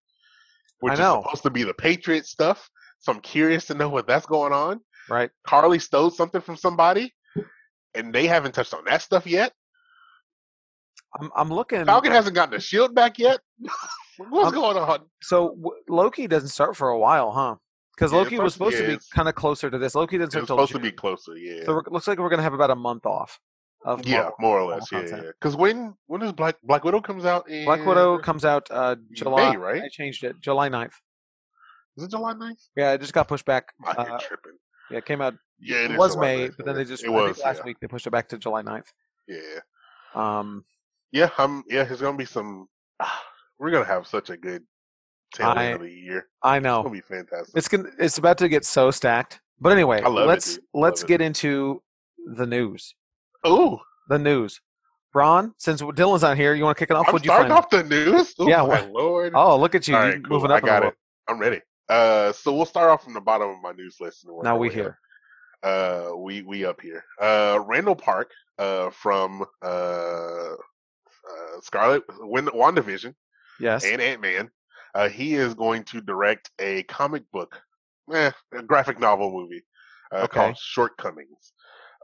S2: which
S1: I
S2: is
S1: know.
S2: supposed to be the Patriot stuff. So I'm curious to know what that's going on.
S1: right?
S2: Carly stole something from somebody, and they haven't touched on that stuff yet.
S1: I'm I'm looking.
S2: Falcon hasn't gotten the shield back yet. [LAUGHS] What's
S1: Um,
S2: going on?
S1: So w- Loki doesn't start for a while, huh? Because
S2: Yeah, it's
S1: Loki was supposed
S2: supposed- yeah,
S1: to be
S2: it's-
S1: kind of closer to this. Loki didn't
S2: It's
S1: start till
S2: supposed to
S1: June.
S2: be closer, yeah,
S1: So it looks like we're gonna have about a month off. Of
S2: yeah,
S1: Marvel.
S2: more or less, yeah.
S1: content.
S2: Because when when does Black Black Widow comes out? In
S1: Black Widow comes out uh, July.
S2: May, right?
S1: I changed it. July 9th.
S2: Is it July 9th?
S1: Yeah, it just got pushed back.
S2: Oh,
S1: Uh,
S2: you're tripping.
S1: yeah, it came out.
S2: Yeah,
S1: It
S2: is
S1: was
S2: July
S1: May,
S2: 9th,
S1: but then they
S2: okay.
S1: just
S2: it
S1: I
S2: was
S1: think last
S2: yeah.
S1: week they pushed it back to July 9th.
S2: yeah.
S1: Um,
S2: Yeah, I'm. Yeah, it's gonna be some. ah, We're gonna have such a good tail
S1: I-
S2: end of the year.
S1: I
S2: It's
S1: know
S2: gonna be fantastic.
S1: it's gonna it's about to get so stacked. But anyway,
S2: I love it,
S1: let's
S2: dude. Love
S1: let's
S2: it.
S1: get into the news.
S2: Oh,
S1: The news. Ron, since Dylan's not here, you want to kick it off?
S2: I'm
S1: What'd you
S2: starting
S1: find?
S2: off the news. Oh,
S1: Yeah,
S2: my
S1: wha-
S2: lord.
S1: Oh, look at you,
S2: All
S1: you
S2: right, cool.
S1: moving up.
S2: I
S1: in the
S2: got
S1: world.
S2: it. I'm ready. Uh, so we'll start off from the bottom of my news list. and work
S1: Now
S2: our
S1: we
S2: way
S1: here.
S2: up. Uh, we we up here. Uh, Randall Park. Uh, from uh, uh Scarlet Win- WandaVision
S1: Yes.
S2: and Ant Man. Uh, he is going to direct a comic book, eh, a graphic novel movie uh,
S1: Okay.
S2: called Shortcomings.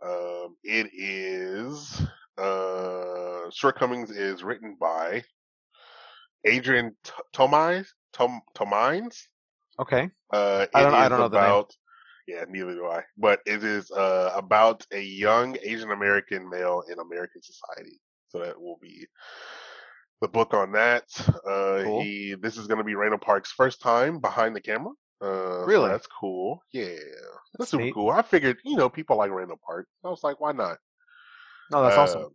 S2: Um, it is uh, Shortcomings is written by Adrian T- Tomines. Tom Tomines.
S1: Okay.
S2: Uh,
S1: I don't-
S2: it
S1: I
S2: is
S1: don't know the name.
S2: about, Yeah, neither do I. But it is uh, about a young Asian American male in American society. So that will be the book on that. Uh,
S1: Cool.
S2: He this is going to be Randall Park's first time behind the camera. Uh, so
S1: Really?
S2: that's cool. Yeah, that's,
S1: That's
S2: super
S1: neat.
S2: cool. I figured you know people like Randall Park. I was like, why not?
S1: No, that's
S2: Uh,
S1: awesome.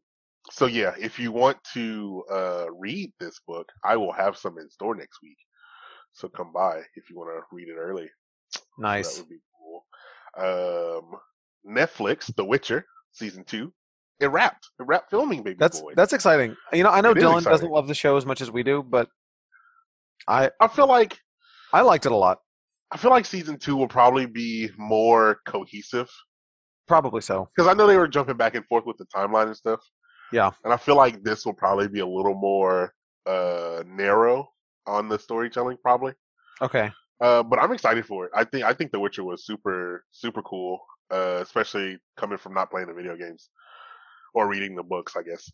S2: So yeah, if you want to uh, read this book, I will have some in store next week. So come by if you want to read it early. So
S1: Nice.
S2: That would be cool. Um, Netflix, The Witcher season two, it wrapped. It wrapped filming, baby
S1: That's
S2: boy.
S1: that's exciting. You know, I know
S2: It is
S1: Dylan doesn't
S2: exciting.
S1: love the show as much as we do, but
S2: I feel like
S1: I liked it a lot.
S2: I feel like season two will probably be more cohesive
S1: Probably so.
S2: because I know they were jumping back and forth with the timeline and stuff.
S1: Yeah.
S2: and I feel like this will probably be a little more uh narrow on the storytelling, probably.
S1: Okay.
S2: Uh, but I'm excited for it. I think I think The Witcher was super super cool, uh, especially coming from not playing the video games or reading the books. I guess.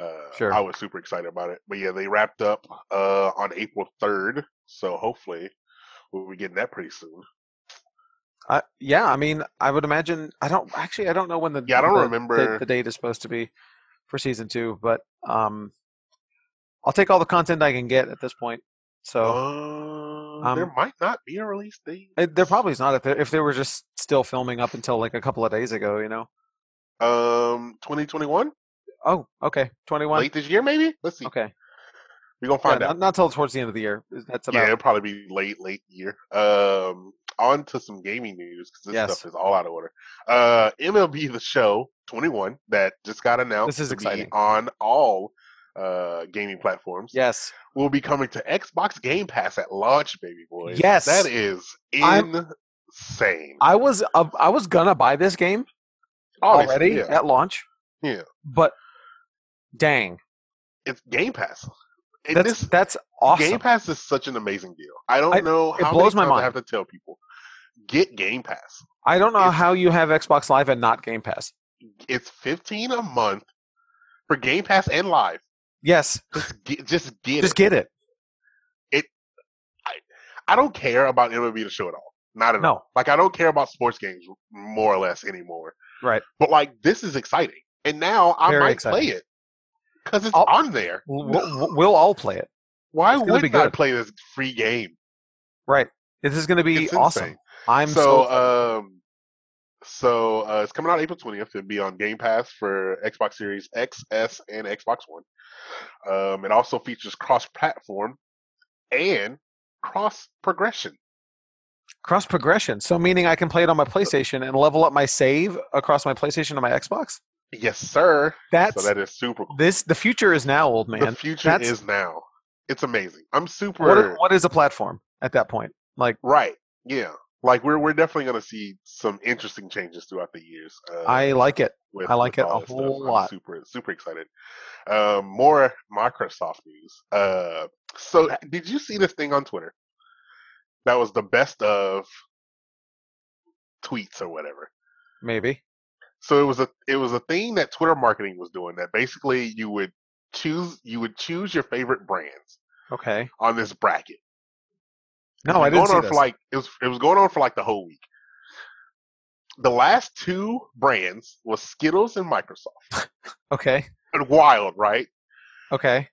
S2: Uh,
S1: Sure.
S2: I was super excited about it. But yeah, they wrapped up uh, on April 3rd, so hopefully we'll be getting that pretty soon.
S1: I, yeah, I mean, I would imagine. I don't actually. I don't know when the
S2: Yeah, I don't
S1: the- the-
S2: remember-
S1: the date is supposed to be for season two, but um, I'll take all the content I can get at this point.
S2: Oh.
S1: So
S2: Uh,
S1: um,
S2: there might not be a release date.
S1: it, there probably is not if they, if they were just still filming up until like a couple of days ago. You know.
S2: Um, 2021,
S1: Oh, okay. Twenty one.
S2: late this year, maybe. Let's see.
S1: Okay.
S2: We're gonna
S1: Yeah,
S2: find out.
S1: not, not till towards the end of the year. That's
S2: yeah,
S1: about.
S2: it'll probably be late, late year. Um, on to some gaming news because this
S1: Yes.
S2: stuff is all out of order. Uh, MLB The Show 21 that just got announced
S1: This is
S2: to be
S1: exciting.
S2: on all uh, gaming platforms
S1: Yes.
S2: will be coming to Xbox Game Pass at launch, baby boy.
S1: Yes.
S2: that is
S1: I'm-
S2: insane.
S1: I was uh, I was gonna buy this game
S2: Obviously,
S1: already
S2: yeah.
S1: at launch.
S2: Yeah.
S1: But dang,
S2: it's Game Pass. And
S1: that's
S2: this
S1: that's awesome.
S2: Game Pass is such an amazing deal. I don't
S1: I-
S2: know
S1: it
S2: how
S1: blows my
S2: many times
S1: mind.
S2: I have to tell people get Game Pass.
S1: I don't know
S2: it's-
S1: how you have Xbox Live and not Game Pass.
S2: It's fifteen a month for Game Pass and Live.
S1: Yes,
S2: Just get, just get
S1: just
S2: it.
S1: get it.
S2: I don't care about MLB the show at all. Not at all.
S1: No,
S2: Like I don't care about sports games more or less anymore.
S1: Right.
S2: But like this is exciting, and now I
S1: Very
S2: might
S1: exciting.
S2: play it because it's
S1: I'll-
S2: on there.
S1: we'll, we'll- we'll all play it.
S2: Why
S1: it's gonna be
S2: would I
S1: good.
S2: play this free game?
S1: Right. This is going to be
S2: It's
S1: awesome.
S2: insane.
S1: I'm so,
S2: so, um, so uh, it's coming out April twentieth. It'll be on Game Pass for Xbox Series X, S, and Xbox One. Um, it also features cross-platform and cross progression.
S1: cross progression. So meaning I can play it on my PlayStation and level up my save across my PlayStation and my Xbox.
S2: Yes, sir.
S1: That's
S2: so that is super cool.
S1: this. The future is now, old man.
S2: the future
S1: that's-
S2: is now. It's amazing. I'm super
S1: What, what is a platform at that point? Like
S2: right. Yeah. Like we're we're definitely gonna see some interesting changes throughout the years. Uh,
S1: I like it.
S2: with,
S1: I like
S2: with
S1: it
S2: all
S1: a
S2: that
S1: whole
S2: I'm
S1: lot.
S2: super super excited. Um, more Microsoft news. Uh, so did you see this thing on Twitter? That was the best of tweets or whatever.
S1: Maybe.
S2: So it was a it was a thing that Twitter marketing was doing that basically you would choose you would choose your favorite brands
S1: Okay.
S2: on this bracket.
S1: No, I
S2: It was
S1: didn't
S2: going
S1: see
S2: on
S1: this.
S2: for like it was it was going on for like the whole week. The last two brands was Skittles and Microsoft.
S1: okay.
S2: And wild, right?
S1: Okay.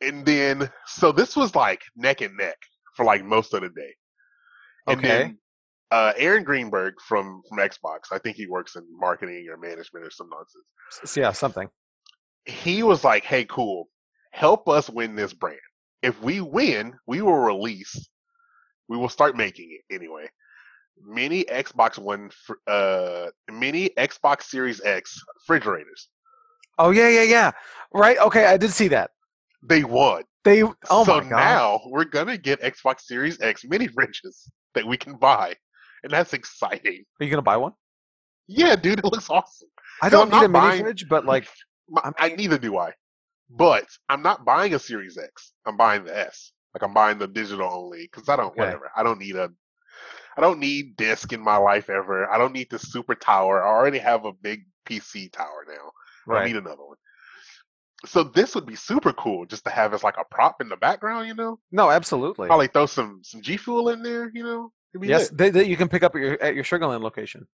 S2: And then so this was like neck and neck for like most of the day. And
S1: Okay.
S2: then uh, Aaron Greenberg from from Xbox, I think he works in marketing or management or some nonsense.
S1: S- yeah. Something.
S2: He was like, "Hey, cool, help us win this brand. If we win, we will release. We will start making it anyway." Mini Xbox One, fr- uh, mini Xbox Series X refrigerators.
S1: Oh yeah, yeah, yeah. Right. Okay. I did see that.
S2: They won.
S1: They. Oh
S2: so
S1: my god.
S2: now we're gonna get Xbox Series X mini fridges [LAUGHS] that we can buy, and that's exciting.
S1: Are you gonna buy one?
S2: Yeah, dude, it looks awesome.
S1: I
S2: So
S1: don't
S2: I'm
S1: need a
S2: not
S1: mini
S2: buying-
S1: fridge, but like,
S2: My,
S1: I mean-
S2: I neither do I, but I'm not buying a Series X. I'm buying the S. Like I'm buying the digital only because I don't
S1: Okay.
S2: whatever. I don't need a. I don't need disc in my life ever. I don't need the super tower. I already have a big PC tower now. [LAUGHS] I
S1: right.
S2: need another one. So this would be super cool just to have as like a prop in the background, you know?
S1: No, absolutely.
S2: Probably throw some some G Fuel in there, you know? It'd be
S1: Yes,
S2: lit.
S1: that that you can pick up at your at your Sugarland location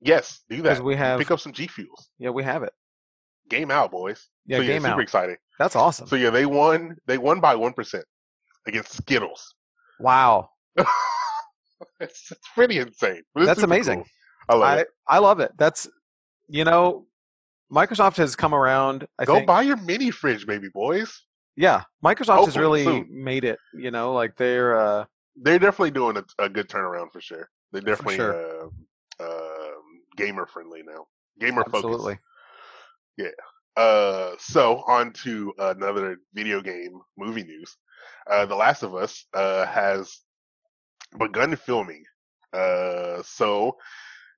S2: Yes, do
S1: because
S2: that.
S1: we have
S2: Pick up some G Fuels.
S1: yeah we have it.
S2: Game out, boys.
S1: Yeah,
S2: so,
S1: game
S2: super
S1: out.
S2: exciting.
S1: That's
S2: [LAUGHS]
S1: awesome.
S2: So yeah, they won. They won by one percent against Skittles. [LAUGHS]
S1: wow,
S2: It's, it's pretty insane. But it's
S1: That's
S2: super
S1: amazing.
S2: cool. I love
S1: I
S2: it.
S1: I love it. That's you know, Microsoft has come around. I
S2: Go
S1: think.
S2: buy your mini fridge, baby boys.
S1: yeah, Microsoft has
S2: Hopefully
S1: really
S2: soon.
S1: made it. You know, like they're uh,
S2: They're definitely doing a, a good turnaround for sure. They're definitely
S1: sure.
S2: uh, um gamer friendly now. Gamer focused.
S1: absolutely
S2: Uh, so on to another video game movie news. Uh, The Last of Us uh, has begun filming. Uh, so,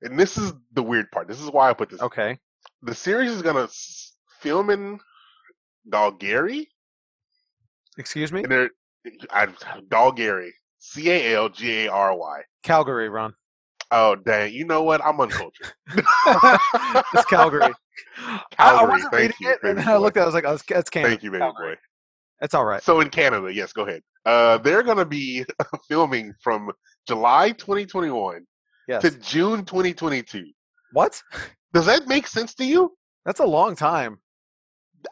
S2: and this is the weird part. This is why I put this.
S1: okay.
S2: The series is gonna s- film in Calgary,
S1: Excuse me,
S2: and they're I, Calgary, C A L G A R Y.
S1: Calgary,
S2: [LAUGHS]
S1: Ron.
S2: Oh dang! You know what?
S1: [LAUGHS]
S2: I'm uncultured.
S1: it's
S2: [LAUGHS]
S1: Calgary. I, I
S2: Calgary,
S1: wasn't
S2: thank
S1: reading
S2: you,
S1: it, and
S2: baby
S1: then I
S2: boy.
S1: looked at. it, I was like, oh, it's, it's Canada.
S2: Thank you, baby boy.
S1: Calgary. It's all right.
S2: So in Canada, yes, go ahead. Uh, they're going to be [LAUGHS] filming from July 2021
S1: Yes.
S2: to June 2022.
S1: what?
S2: Does that make sense to you?
S1: That's a long time.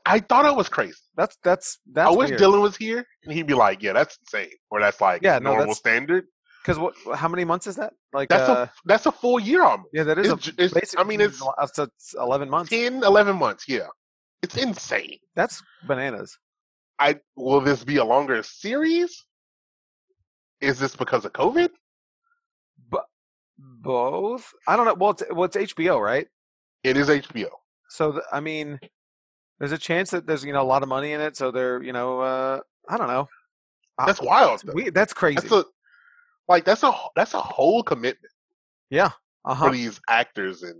S2: I thought I was crazy.
S1: That's that's that's.
S2: I wish
S1: weird.
S2: Dylan was here and he'd be like, "Yeah, that's insane," or "That's like
S1: Yeah, no,
S2: normal
S1: that's-
S2: standard."
S1: Because what? How many months is that? Like
S2: That's
S1: uh,
S2: a that's a full year almost.
S1: yeah, that is
S2: it's
S1: a
S2: ju- it's-
S1: basic.
S2: I mean, it's
S1: that's, that's eleven months.
S2: 10, 11 months. Yeah, it's insane.
S1: That's bananas.
S2: I will this be a longer series? Is this because of COVID?
S1: both. I don't know. Well, it's, well, it's HBO, right?
S2: It is HBO.
S1: So th- I mean, there's a chance that there's you know a lot of money in it. So they're you know uh, I don't know. I-
S2: That's wild.
S1: That's,
S2: though.
S1: we, that's crazy.
S2: That's a like that's a that's a whole commitment
S1: yeah. Uh
S2: for
S1: huh.
S2: these actors and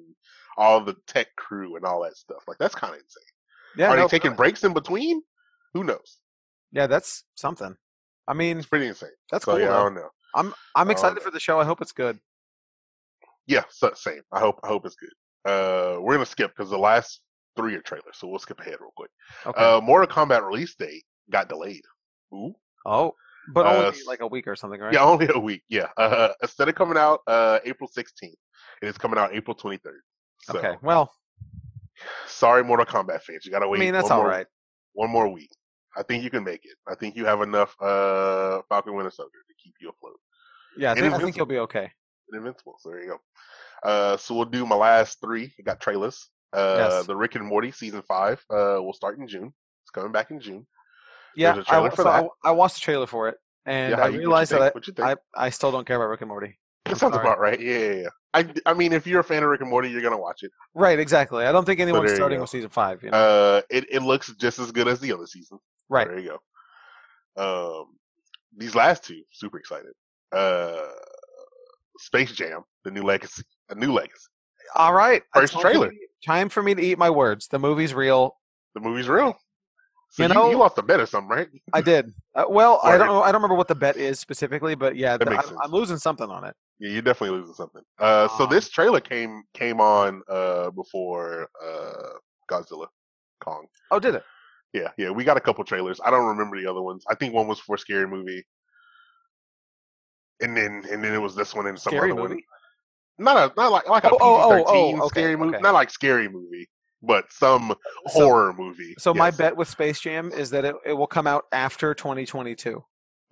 S2: all the tech crew and all that stuff. Like that's kind of insane.
S1: Yeah.
S2: Are
S1: no,
S2: they taking breaks in between? Who knows?
S1: yeah. That's something. I mean,
S2: It's pretty insane.
S1: that's
S2: so
S1: cool.
S2: yeah, I
S1: though.
S2: don't know.
S1: I'm I'm
S2: I
S1: excited
S2: don't
S1: for the show. I hope it's good.
S2: Yeah, so, same. I hope I hope it's good. Uh, we're gonna skip because the last three are trailers, so we'll skip ahead real quick.
S1: Okay.
S2: Uh, Mortal Kombat release date got delayed. Ooh.
S1: oh, but
S2: uh,
S1: only like a week or something, right?
S2: Yeah, only a week. Yeah. [LAUGHS] Uh, instead of coming out uh, April 16th, it is coming out April 23rd. So,
S1: Okay. Well,
S2: sorry, Mortal Kombat fans. You got to
S1: I
S2: wait
S1: mean that's
S2: one,
S1: all
S2: more,
S1: right.
S2: one more week. I think you can make it. I think you have enough uh, Falcon Winter Soldier to keep you afloat.
S1: Yeah, I
S2: It
S1: think,
S2: is
S1: I think
S2: Invincible.
S1: you'll be okay.
S2: And Invincible. So there you go. Uh, so we'll do my last three. I got trailers. Uh,
S1: Yes.
S2: The Rick and Morty season five uh, will start in June. It's coming back in June.
S1: Yeah,
S2: There's a
S1: I-
S2: trailer for
S1: so I, I watched the trailer for it, and
S2: yeah, how
S1: I
S2: you- what you
S1: realized
S2: think?
S1: that
S2: What you think?
S1: I, I I still don't care about Rick and Morty.
S2: [LAUGHS] that sounds
S1: sorry.
S2: about right. Yeah, yeah, yeah. I, I mean, if you're a fan of Rick and Morty, you're gonna watch it.
S1: Right, exactly. I don't think anyone's
S2: there you
S1: starting
S2: go.
S1: with season five. You know?
S2: Uh, it, it looks just as good as the other season.
S1: right.
S2: There you go. Um, these last two, super excited. Uh, Space Jam, the new legacy, a new legacy.
S1: All right. a
S2: First
S1: time
S2: trailer.
S1: for me- time for me to eat my words. The movie's real.
S2: The movie's real. So
S1: You
S2: you,
S1: know-
S2: you lost a bet or something, right? [LAUGHS]
S1: I did. Uh, well, I don't
S2: Word.
S1: know. I don't remember what the bet is specifically, but yeah,
S2: That
S1: the,
S2: makes
S1: I'm,
S2: sense.
S1: I'm losing something on it.
S2: Yeah, you're definitely losing something. Uh, so
S1: Um,
S2: this trailer came came on uh before uh Godzilla, Kong.
S1: Oh, did it?
S2: Yeah, yeah. We got a couple trailers. I don't remember the other ones. I think one was for Scary Movie. And then and then it was this one and some
S1: Scary
S2: other one.
S1: movie.
S2: Not a not like like a
S1: Oh, oh, oh,
S2: PG thirteen
S1: oh, okay,
S2: scary movie.
S1: okay.
S2: Not like scary movie, but some
S1: So-
S2: horror movie.
S1: So my
S2: Yes.
S1: bet with Space Jam is that it, it will come out after 2022.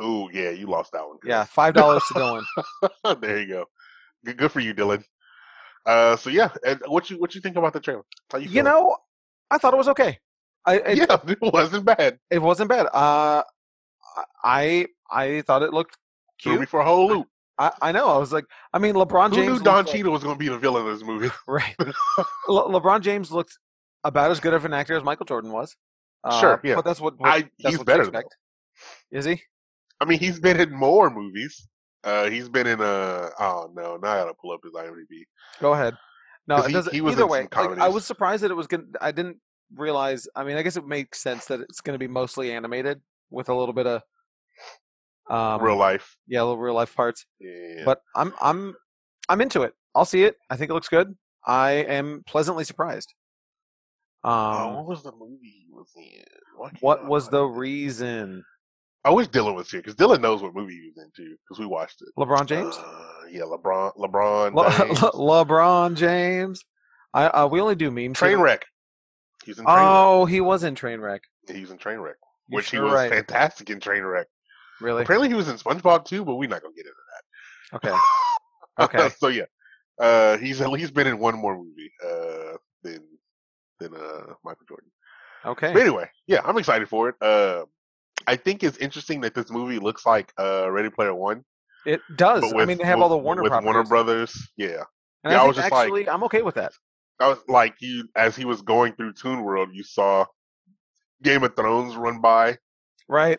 S2: Ooh, yeah, you lost that one.
S1: Yeah, five dollars to go
S2: [LAUGHS]
S1: in.
S2: Yeah, there you go. Good, good for you, Dylan. Uh, so yeah, and what you what you think about the trailer? How you
S1: You
S2: feeling?
S1: know, I thought it was okay. I it,
S2: [LAUGHS] yeah, it wasn't bad.
S1: it wasn't bad. Uh, I I thought it looked
S2: Threw me
S1: cute.
S2: for a whole loop.
S1: I, I know. I was like, I mean, LeBron
S2: Who
S1: James.
S2: knew
S1: looked
S2: Don
S1: like-
S2: Cheadle was going to be the villain of this movie?
S1: [LAUGHS]
S2: [LAUGHS]
S1: Right. Le- LeBron James looked about as good of an actor as Michael Jordan was. Uh,
S2: Sure, yeah.
S1: But that's what, what
S2: I
S1: that's
S2: he's
S1: what you
S2: better. Though.
S1: expect. Is he?
S2: I mean, he's been in more movies. Uh, he's been in uh oh no, now I gotta pull up his IMDb.
S1: Go ahead. No,
S2: 'Cause
S1: it
S2: he-
S1: doesn't.
S2: he was
S1: either
S2: in some
S1: way, like, I
S2: comedies.
S1: was surprised that it was going. to I didn't realize. I mean, I guess it makes sense that it's going to be mostly animated with a little bit of um,
S2: Real life.
S1: yeah, little real life parts.
S2: Yeah.
S1: But I'm I'm I'm into it. I'll see it. I think it looks good. I am pleasantly surprised. Um,
S2: oh, what was the movie he was in? Why can't
S1: what
S2: I
S1: was
S2: find
S1: the
S2: it?
S1: reason?
S2: I wish Dylan was here because Dylan knows what movie he was in too because we watched it.
S1: LeBron James.
S2: Uh, yeah, LeBron.
S1: [LAUGHS]
S2: LeBron.
S1: Le-
S2: James.
S1: Le- LeBron James. I uh, we only do memes. here.
S2: Trainwreck. He's in Trainwreck.
S1: Oh, he was in Trainwreck.
S2: He was in Trainwreck,
S1: Oh. You're
S2: which he
S1: sure
S2: was
S1: right.
S2: fantastic in Trainwreck.
S1: Really?
S2: Apparently, he was in SpongeBob too, but we're not gonna get into [LAUGHS]
S1: Okay.
S2: that.
S1: Okay.
S2: so yeah, uh, he's at least been in one more movie uh, than than uh, Michael Jordan. But
S1: Okay.
S2: anyway, yeah, I'm excited for it. Uh, I think it's interesting that this movie looks like uh, Ready Player One,
S1: It does.
S2: but
S1: I
S2: with-
S1: mean, they have
S2: with-
S1: all the Warner
S2: with
S1: properties.
S2: Warner Brothers. Yeah,
S1: And
S2: Yeah,
S1: I,
S2: I
S1: think
S2: was just like-
S1: actually, I'm okay with that.
S2: I was like you as he was going through Toon World, you saw Game of Thrones run by.
S1: Right?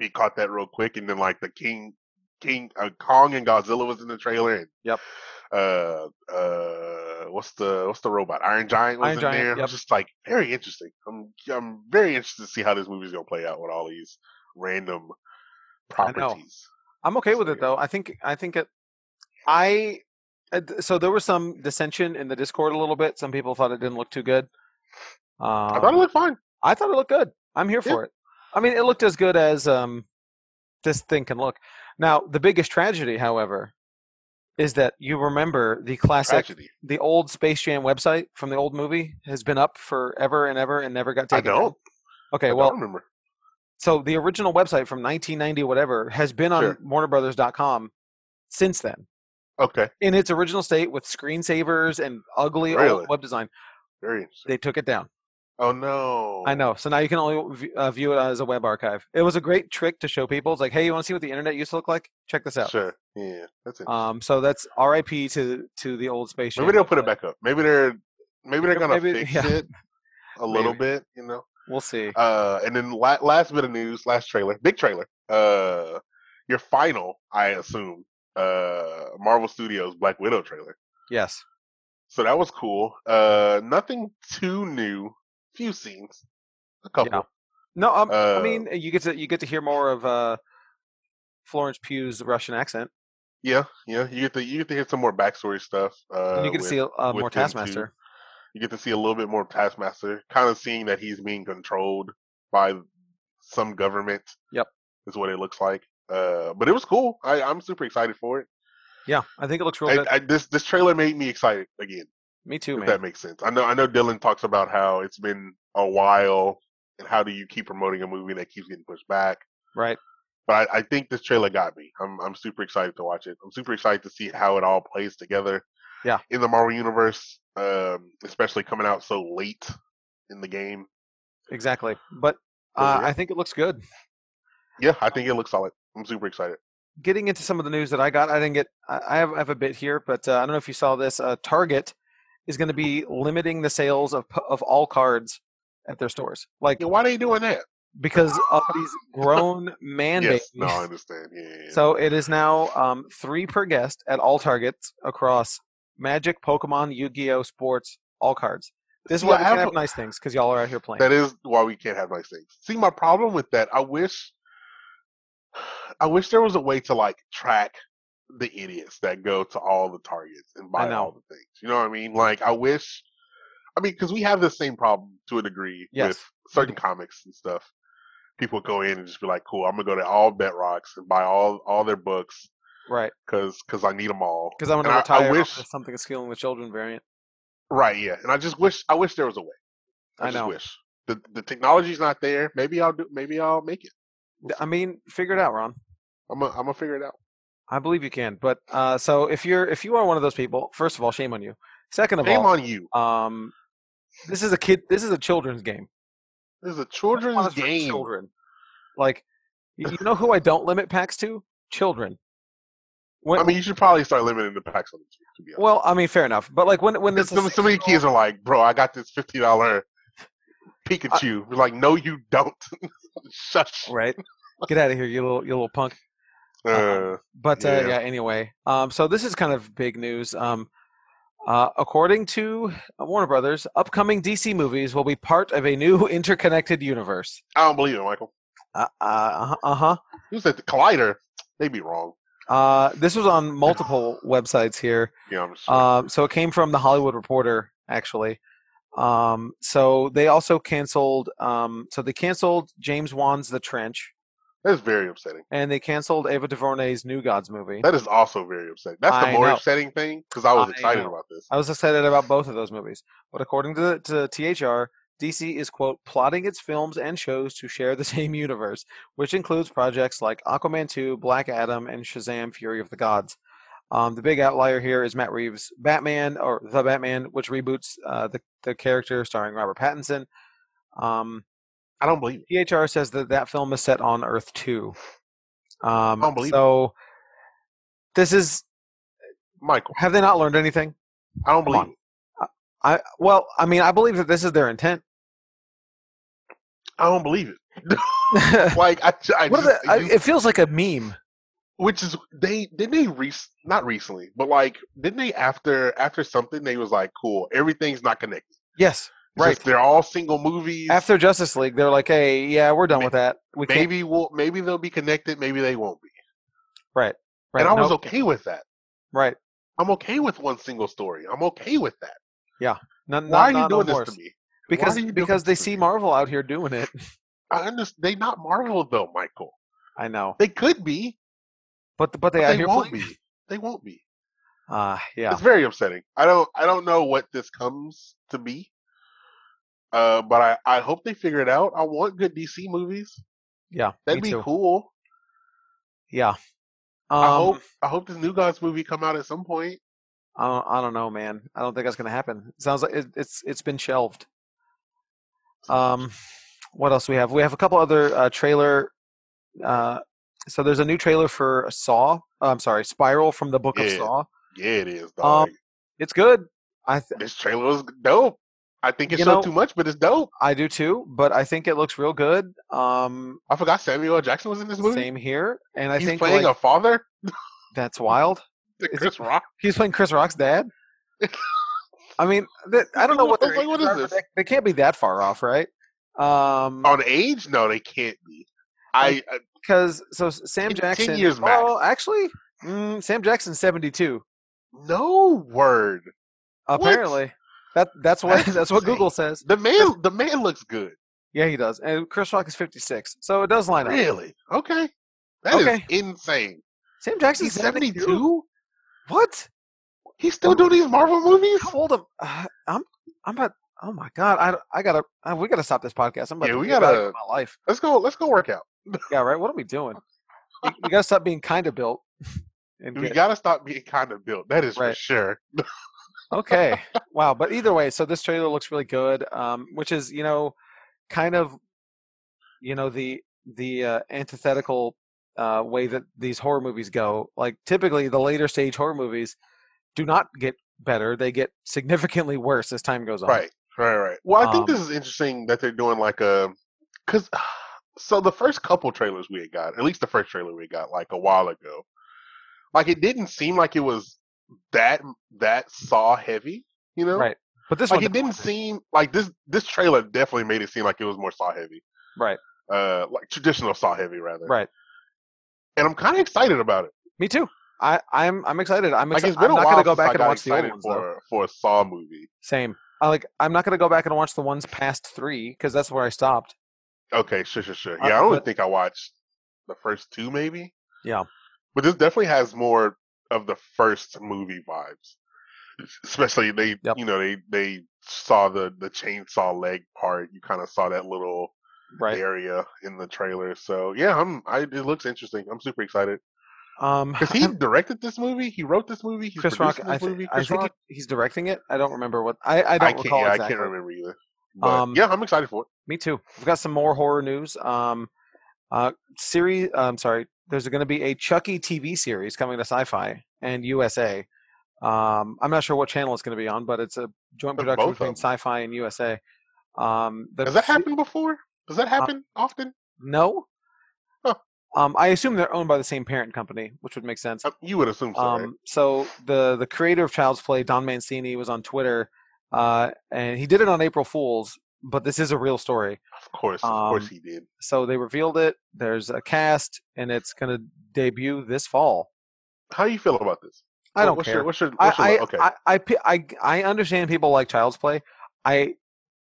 S2: He caught that real quick, and then like the King, King uh, Kong and Godzilla was in the trailer. And,
S1: Yep.
S2: Uh, uh, what's the what's the robot? Iron Giant was
S1: Iron
S2: in
S1: Giant,
S2: there.
S1: yep.
S2: Just like very interesting. I'm I'm very interested to see how this movie's gonna play out with all these random
S1: I know.
S2: properties.
S1: I'm okay with
S2: So,
S1: it though. I think I think it. I uh, th- so there was some dissension in the Discord a little bit. Some people thought it didn't look too good. Um,
S2: I thought it looked fun.
S1: I thought it looked good. I'm here
S2: Yeah.
S1: for it. I mean, it looked as good as um, this thing can look. Now, the biggest tragedy, however, is that you remember the classic,
S2: Tragedy.
S1: the old Space Jam website from the old movie has been up forever and ever and never got
S2: I
S1: taken. down.
S2: don't.
S1: Okay,
S2: I
S1: well,
S2: don't remember.
S1: so the original website from 1990, whatever, has been on
S2: Sure.
S1: WarnerBrothers.com since then,
S2: Okay,
S1: in its original state with screensavers and ugly
S2: Really?
S1: old web design.
S2: very interesting.
S1: They took it down.
S2: Oh no!
S1: I know. So now you can only v- uh, view it as a web archive. It was a great trick to show people. It's like, hey, you want to see what the internet used to look like? Check this out.
S2: Sure. Yeah, that's it.
S1: Um, so that's R.I.P. to to the old space.
S2: maybe
S1: Jam
S2: they'll put it
S1: website.
S2: back up. Maybe they're maybe they're gonna
S1: Maybe-
S2: fix
S1: yeah.
S2: it a little
S1: Maybe.
S2: bit. You know.
S1: We'll see.
S2: Uh, and then la- last bit of news, last trailer, big trailer. Uh, your final, I assume, uh, Marvel Studios Black Widow trailer.
S1: yes.
S2: So that was cool. Uh, nothing too new. Few scenes, a couple.
S1: No. Um, I
S2: Uh,
S1: mean, you get to you get to hear more of uh, Florence Pugh's Russian accent,
S2: Yeah, yeah. You get to you get to hear some more backstory stuff. Uh,
S1: and you get to
S2: with-
S1: see uh,
S2: with
S1: more
S2: him too.
S1: Taskmaster.
S2: you get to see a little bit more of Taskmaster, kind of seeing that he's being controlled by some government.
S1: Yep.
S2: is what it looks like. Uh, but it was cool. I, I'm super excited for it.
S1: Yeah, I think it looks real
S2: I,
S1: good.
S2: I, this this trailer made me excited again.
S1: Me too,
S2: If
S1: man.
S2: that makes sense. I know I know Dylan talks about how it's been a while and how do you keep promoting a movie that keeps getting pushed back.
S1: Right.
S2: But I, I think this trailer got me. I'm I'm super excited to watch it. I'm super excited to see how it all plays together.
S1: Yeah.
S2: In the Marvel universe, um, especially coming out so late in the game.
S1: Exactly. But
S2: So,
S1: uh,
S2: yeah.
S1: I think it looks good.
S2: Yeah, I think it looks solid. I'm super excited.
S1: Getting into some of the news that I got, I didn't get. I I have, I have a bit here, but uh, I don't know if you saw this. Uh, Target is going to be limiting the sales of pu- of all cards at their stores, like
S2: Yeah, why they doing that?
S1: because of
S2: [LAUGHS]
S1: these grown man
S2: yes,
S1: babies.
S2: no, I understand. Yeah, yeah, yeah.
S1: So it is now um, three per guest at all targets across Magic, Pokemon, Yu-Gi-Oh, Sports, all cards. This is
S2: See,
S1: why
S2: I
S1: we can
S2: have
S1: have
S2: a-
S1: nice things because y'all are out here playing.
S2: that is why we can't have nice things. See, my problem with that, I wish, I wish there was a way to like track the idiots that go to all the targets and buy
S1: know.
S2: all the things. You know what I mean? Like, I wish. I mean, because we have the same problem to a degree
S1: Yes.
S2: with certain comics and stuff. People go in and just be like, "Cool, I'm gonna go to all Betrocks and buy all all their books
S1: right.
S2: because because I need them all."
S1: Because I'm going
S2: And I-
S1: to
S2: I
S1: retire off
S2: wish-
S1: of something is killing the children variant.
S2: Right, yeah. And I just wish I wish there was a way. I,
S1: I
S2: just
S1: know.
S2: wish. The the technology's not there. Maybe I'll do maybe I'll make it.
S1: Th- I mean, figure it out, Ron.
S2: I'm gonna I'm gonna figure it out.
S1: I believe you can. But uh, so if you're if you are one of those people, first of all, shame on you. Second of
S2: Shame
S1: all,
S2: on you.
S1: um, this is a kid. This is a children's game.
S2: This is a
S1: This one
S2: children's
S1: is for
S2: game.
S1: Children. Like, y- you know who I don't limit packs to? Children. When,
S2: I mean, you should probably start limiting the packs on these, to be honest.
S1: Well, I mean, fair enough. But like when when
S2: Because
S1: this
S2: some, so many kids are like, bro, I got this fifty dollar Pikachu. We're like, no, you don't. [LAUGHS] Shush. [LAUGHS]
S1: right, get out of here, you little you little punk. Uh-huh.
S2: Uh,
S1: But uh,
S2: Yeah.
S1: yeah, anyway, um, so this is kind of big news. Um, uh, according to uh, Warner Brothers, upcoming DC movies will be part of a new [LAUGHS] interconnected universe.
S2: I don't believe it, Michael.
S1: Uh uh huh.
S2: You said the collider. They be wrong.
S1: Uh, this was on multiple websites here.
S2: Yeah, I'm sure.
S1: Um, so it came from the Hollywood Reporter, actually. Um, so they also canceled. Um, so they canceled James Wan's The Trench,
S2: That's very upsetting.
S1: and they canceled Ava DuVernay's New Gods movie.
S2: That is also very upsetting. That's the
S1: I
S2: more
S1: know.
S2: upsetting thing because I was
S1: I
S2: excited
S1: know.
S2: about this.
S1: I was excited about both of those movies, but according to to THR, DC is quote plotting its films and shows to share the [LAUGHS] same universe, which includes projects like Aquaman 2, Black Adam, and Shazam: Fury of the Gods. Um, the big outlier here is Matt Reeves' Batman or The Batman, which reboots uh, the the character starring Robert Pattinson. Um,
S2: I don't believe it.
S1: THR says that that film is set on Earth 2. Um, so
S2: Unbelievable.
S1: this is
S2: Michael,
S1: have they not learned anything?
S2: I don't
S1: Come
S2: believe
S1: on. I well, I mean, I believe that this is their intent. [LAUGHS]
S2: it. I don't believe it.
S1: what
S2: Like I, ju- I
S1: are
S2: just,
S1: the, I,
S2: you-
S1: it feels like a meme.
S2: which is they didn't they rec not recently, but like didn't they after after something they was like cool everything's not connected.
S1: Yes,
S2: It's just
S1: right.
S2: they're all single movies.
S1: After Justice League, they're like, "Hey, yeah, we're done
S2: May-
S1: with that. We can't."
S2: maybe we'll maybe they'll be connected, maybe they won't be.
S1: Right,
S2: and I was
S1: nope,
S2: okay with that.
S1: right.
S2: I'm okay with one single story. I'm okay with that.
S1: No, no,
S2: Why are
S1: no,
S2: you
S1: no
S2: doing
S1: more.
S2: this to me?
S1: Because
S2: are you doing
S1: because they
S2: this to
S1: see
S2: me?
S1: Marvel out here doing it.
S2: I understand. They not Marvel though, Michael.
S1: I know,
S2: They could be,
S1: but but they
S2: but
S1: out
S2: they
S1: here
S2: won't
S1: playing.
S2: be. They won't be.
S1: Ah, [LAUGHS] yeah,
S2: It's very upsetting. I don't I don't know what this comes to be. Uh, but I, I hope they figure it out. I want good DC movies.
S1: yeah.
S2: That'd
S1: me
S2: be
S1: too.
S2: cool.
S1: Yeah. Um,
S2: I hope I hope this New Gods movie come out at some point.
S1: I don't, I don't know, man. I don't think that's gonna happen. It sounds like it, it's it's been shelved. Um, what else we have? We have a couple other uh, trailer. Uh, so there's a new trailer for Saw. I'm sorry, Spiral from the Book of
S2: Yeah.
S1: Saw.
S2: Yeah, it
S1: Um,
S2: is. Dog.
S1: It's good. I th-
S2: this trailer was dope. I think it
S1: You
S2: showed
S1: know-
S2: too much, but it's dope.
S1: I do too, but I think it looks real good. Um,
S2: I forgot Samuel L. Jackson was in this movie.
S1: same here, and I
S2: He's
S1: think
S2: playing
S1: like,
S2: a father
S1: that's wild.
S2: to
S1: it-
S2: Chris Rock.
S1: He's playing Chris Rock's
S2: [LAUGHS]
S1: dad. I mean, that, I don't know what.
S2: I
S1: their
S2: was like, what
S1: ages
S2: is
S1: are, but
S2: this?
S1: They, they can't be that far off, right? Um,
S2: On age? No, they can't be. I uh,
S1: because so S- Sam
S2: ten
S1: Jackson.
S2: years back.
S1: Oh, actually, mm, Sam Jackson's seventy-two.
S2: no word.
S1: Apparently, that that's
S2: [LAUGHS]
S1: what
S2: That's
S1: that's what
S2: insane.
S1: Google says.
S2: The man, the man looks good.
S1: Yeah, he does. And Chris Rock is fifty-six, so it does line up.
S2: Really? Okay. That is
S1: Okay.
S2: insane.
S1: Sam Jackson's
S2: He's
S1: seventy-two.
S2: 72?
S1: What?
S2: He's still doing these Marvel movies?
S1: How old am uh, I'm? I'm about. Oh my god! I I gotta. uh we gotta stop this podcast. I'm about
S2: Yeah,
S1: to
S2: we
S1: think about
S2: gotta-
S1: my life.
S2: Let's go. Let's go work out.
S1: Yeah, right. What are we doing? we, we gotta stop being kind of
S2: [LAUGHS]
S1: built. And
S2: We
S1: get-
S2: gotta stop being kind of built. That is for
S1: Right.
S2: sure.
S1: okay, wow. But either way, so this trailer looks really good, um, which is you know, kind of, you know the the uh, antithetical uh, way that these horror movies go. Like typically, the later stage horror movies do not get better; they get significantly worse as time goes on.
S2: Right. Right. Right. Well, I think
S1: Um,
S2: this is interesting that they're doing like a, cause [SIGHS] so the first couple trailers we had got, at least the first trailer we got like a while ago, like it didn't seem like it was that that saw heavy. You know.
S1: Right. But this
S2: Like
S1: one
S2: it didn't seem like this. This trailer definitely made it seem like it was more saw heavy.
S1: Right.
S2: Uh, like traditional saw heavy rather.
S1: Right.
S2: And I'm kind of excited about it.
S1: Me too. I, I'm I'm excited. I'm,
S2: Like
S1: exci-
S2: it's
S1: I'm
S2: been a
S1: not gonna
S2: while
S1: go
S2: since I
S1: back and
S2: got
S1: watch the old
S2: excited
S1: ones though.
S2: for for a saw movie.
S1: Same. I like I'm not gonna go back and watch the ones past three because that's where I stopped.
S2: Okay, sure, sure, sure.
S1: Uh,
S2: Yeah, I only
S1: but-
S2: think I watched the first two, maybe.
S1: Yeah.
S2: But this definitely has more of the first movie vibes. Especially they,
S1: Yep.
S2: you know, they they saw the the chainsaw leg part. You kind of saw that little
S1: Right.
S2: area in the trailer. So yeah, I'm. I it looks interesting. I'm super excited
S1: Um.
S2: because he directed this movie. He wrote this movie. He's
S1: Chris Rock.
S2: producing
S1: I,
S2: this
S1: thi-
S2: movie.
S1: I
S2: Chris
S1: think
S2: Rock.
S1: he- he's directing it. I don't remember what. I I don't
S2: can't.
S1: recall
S2: yeah, I
S1: exactly.
S2: can't remember either. But
S1: Um,
S2: yeah, I'm excited for it.
S1: Me too. We've got some more horror news. Um. Uh. Series. I'm sorry. There's going to be a Chucky TV series coming to Sci-Fi and USA. Um, I'm not sure what channel it's going to be on, but it's a joint
S2: But
S1: production
S2: both of
S1: between
S2: them.
S1: Sci-Fi and USA. Um, the
S2: Has that
S1: se-
S2: happened before? Does
S1: Uh
S2: that happen often?
S1: No.
S2: Huh.
S1: Um, I assume they're owned by the same parent company, which would make sense.
S2: Uh, You would assume so. right?
S1: Um, so the the creator of Child's Play, Don Mancini, was on Twitter, uh, and he did it on April Fools, but this is a real story.
S2: Of course, of course
S1: Um,
S2: he did.
S1: So they revealed it. There's a cast, and it's going to debut this fall.
S2: How you feel about this?
S1: I
S2: What-
S1: don't
S2: what's
S1: care.
S2: Your, what's your,
S1: I,
S2: what's your
S1: I,
S2: lo- okay.
S1: I, I, pe- I, I understand people like Child's Play. I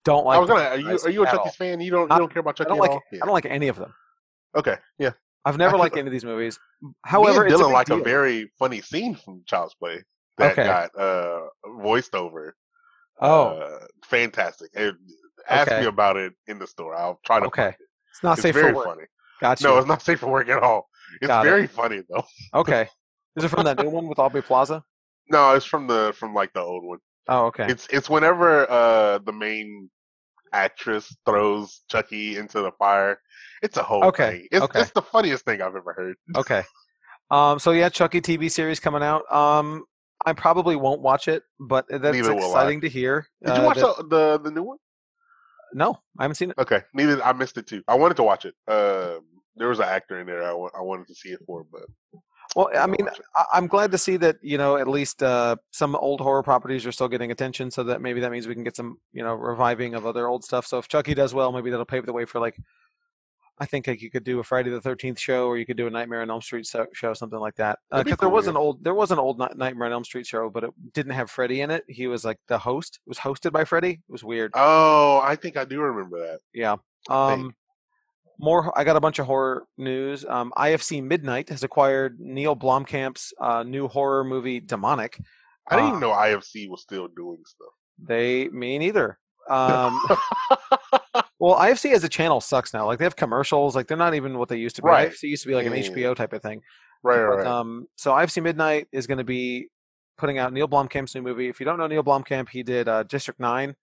S1: don't like.
S2: I was
S1: the
S2: gonna. Are you
S1: franchise
S2: are you a
S1: at
S2: Chucky's
S1: all.
S2: fan? You don't
S1: I-
S2: you don't care about
S1: I
S2: Chucky
S1: don't
S2: at
S1: like.
S2: all? Yeah.
S1: I don't like any of them.
S2: Okay, yeah.
S1: I've never
S2: feel
S1: liked
S2: [LAUGHS] that.
S1: any of these movies. However,
S2: Me and
S1: it's a
S2: Dylan
S1: big
S2: like a
S1: deal.
S2: very funny scene from Child's Play that
S1: Okay.
S2: got uh, voiced over.
S1: oh,
S2: uh, fantastic! And ask
S1: Okay.
S2: me about it in the store. I'll try to.
S1: okay.
S2: find it.
S1: It's not
S2: It's
S1: safe
S2: very
S1: for work.
S2: funny.
S1: Gotcha.
S2: No, it's not safe for work at all. It's
S1: Got it.
S2: very funny though.
S1: Okay. Is it from that new one with Aubrey Plaza?
S2: No, it's from the from like the old one.
S1: Oh, okay.
S2: It's it's whenever uh the main actress throws Chucky into the fire. It's a whole
S1: Okay,
S2: thing. It's
S1: okay.
S2: it's the funniest thing I've ever heard.
S1: Okay. Um, so yeah, Chucky TV series coming out. Um, I probably won't watch it, but that's
S2: Neither will I.
S1: exciting to hear.
S2: Did you
S1: uh,
S2: watch
S1: that-
S2: the, the the new one?
S1: No, I haven't seen it.
S2: Okay, neither I missed it too. I wanted to watch it. Um, there was an actor in there I wa- I wanted to see it for, but
S1: Well, I
S2: didn't
S1: mean,
S2: watch it.
S1: I- I'm glad to see that you know at least uh, some old horror properties are still getting attention. So that maybe that means we can get some you know reviving of other old stuff. So if Chucky does well, maybe that'll pave the way for like, I think like you could do a Friday the Thirteenth show, or you could do a Nightmare on Elm Street so- show, something like that.
S2: That'd be
S1: Because there
S2: cool,
S1: was
S2: yeah.
S1: an old there was an old Ni- Nightmare on Elm Street show, but it didn't have Freddy in it. He was like the host. It was hosted by Freddy. It was weird.
S2: oh, I think I do remember that.
S1: Yeah.
S2: Oh, I think.
S1: Um, more. I got a bunch of horror news. Um, IFC Midnight has acquired Neil Blomkamp's uh, new horror movie Demonic.
S2: I didn't
S1: uh,
S2: even know IFC was still doing stuff.
S1: They me neither.
S2: [LAUGHS]
S1: Um, well, IFC as a channel sucks now. Like they have commercials. Like they're not even what they used to be.
S2: Right.
S1: IFC used to be like an
S2: Yeah, yeah, yeah.
S1: HBO type of thing.
S2: right, right,
S1: But,
S2: right.
S1: um, so IFC Midnight is going to be putting out Neil Blomkamp's new movie. If you don't know Neil Blomkamp, he did uh, District Nine.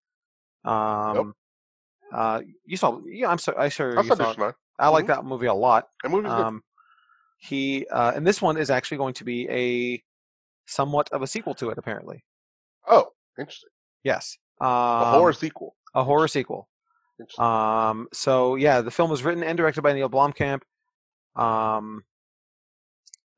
S1: Um, Uh, you saw, yeah, I'm so I sure
S2: I
S1: you
S2: saw
S1: saw.
S2: this
S1: it.
S2: one.
S1: I like
S2: Mhm.
S1: that movie a lot.
S2: That movie's good.
S1: Um, he uh, and this one is actually going to be a somewhat of a sequel to it, apparently.
S2: Oh, interesting.
S1: Yes, um,
S2: A horror sequel.
S1: a horror sequel.
S2: Interesting.
S1: Um, so yeah, the film was written and directed by Neil Blomkamp. Um,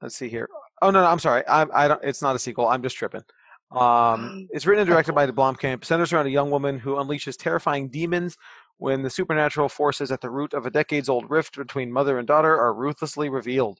S1: let's see here. Oh no, no, I'm sorry. I, I don't. It's not a sequel. I'm just tripping. Um, it's written and directed by Blomkamp. Centers around a young woman who unleashes terrifying demons when the supernatural forces at the root of a decades-old rift between mother and daughter are ruthlessly revealed.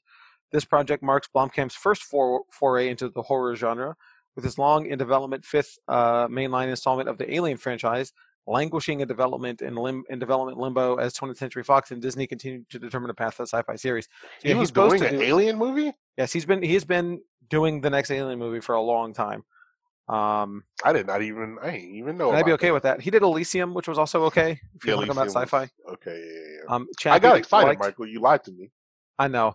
S1: This project marks Blomkamp's first for- foray into the horror genre, with his long in development fifth uh, mainline installment of the Alien franchise languishing in development in, lim- in development limbo as 20th Century Fox and Disney continue to determine a path to the sci-fi series. So,
S2: he
S1: yeah,
S2: was
S1: he's supposed
S2: doing
S1: to
S2: an
S1: do-
S2: alien movie.
S1: Yes, he's been he's been doing the next Alien movie for a long time. Um,
S2: I did not even. I didn't even know.
S1: and I'd be
S2: about
S1: okay
S2: that.
S1: with that. He did Elysium, which was also okay. If you're talking about
S2: Elysium was-
S1: sci-fi,
S2: Okay, yeah, yeah, yeah.
S1: um,
S2: I
S1: Chappie
S2: got excited,
S1: liked-
S2: Michael. You lied to me.
S1: I know.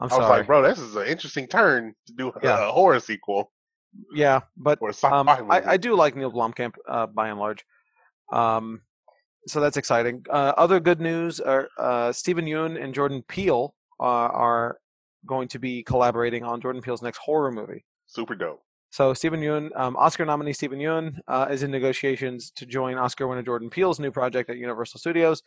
S1: I'm
S2: i was
S1: sorry.
S2: like, bro, this is an interesting turn to do a-
S1: Yeah.
S2: a horror sequel
S1: yeah, but
S2: or a sci-fi
S1: um, I,
S2: movie.
S1: I do like Neil Blomkamp uh, by and large. Um, so that's exciting. Uh, other good news are uh, Stephen Yeun and Jordan Peele uh, are going to be collaborating on Jordan Peele's next horror movie.
S2: Super dope.
S1: So Stephen Yeun, um, Oscar nominee Stephen Yeun, uh, is in negotiations to join Oscar winner Jordan Peele's new project at Universal Studios.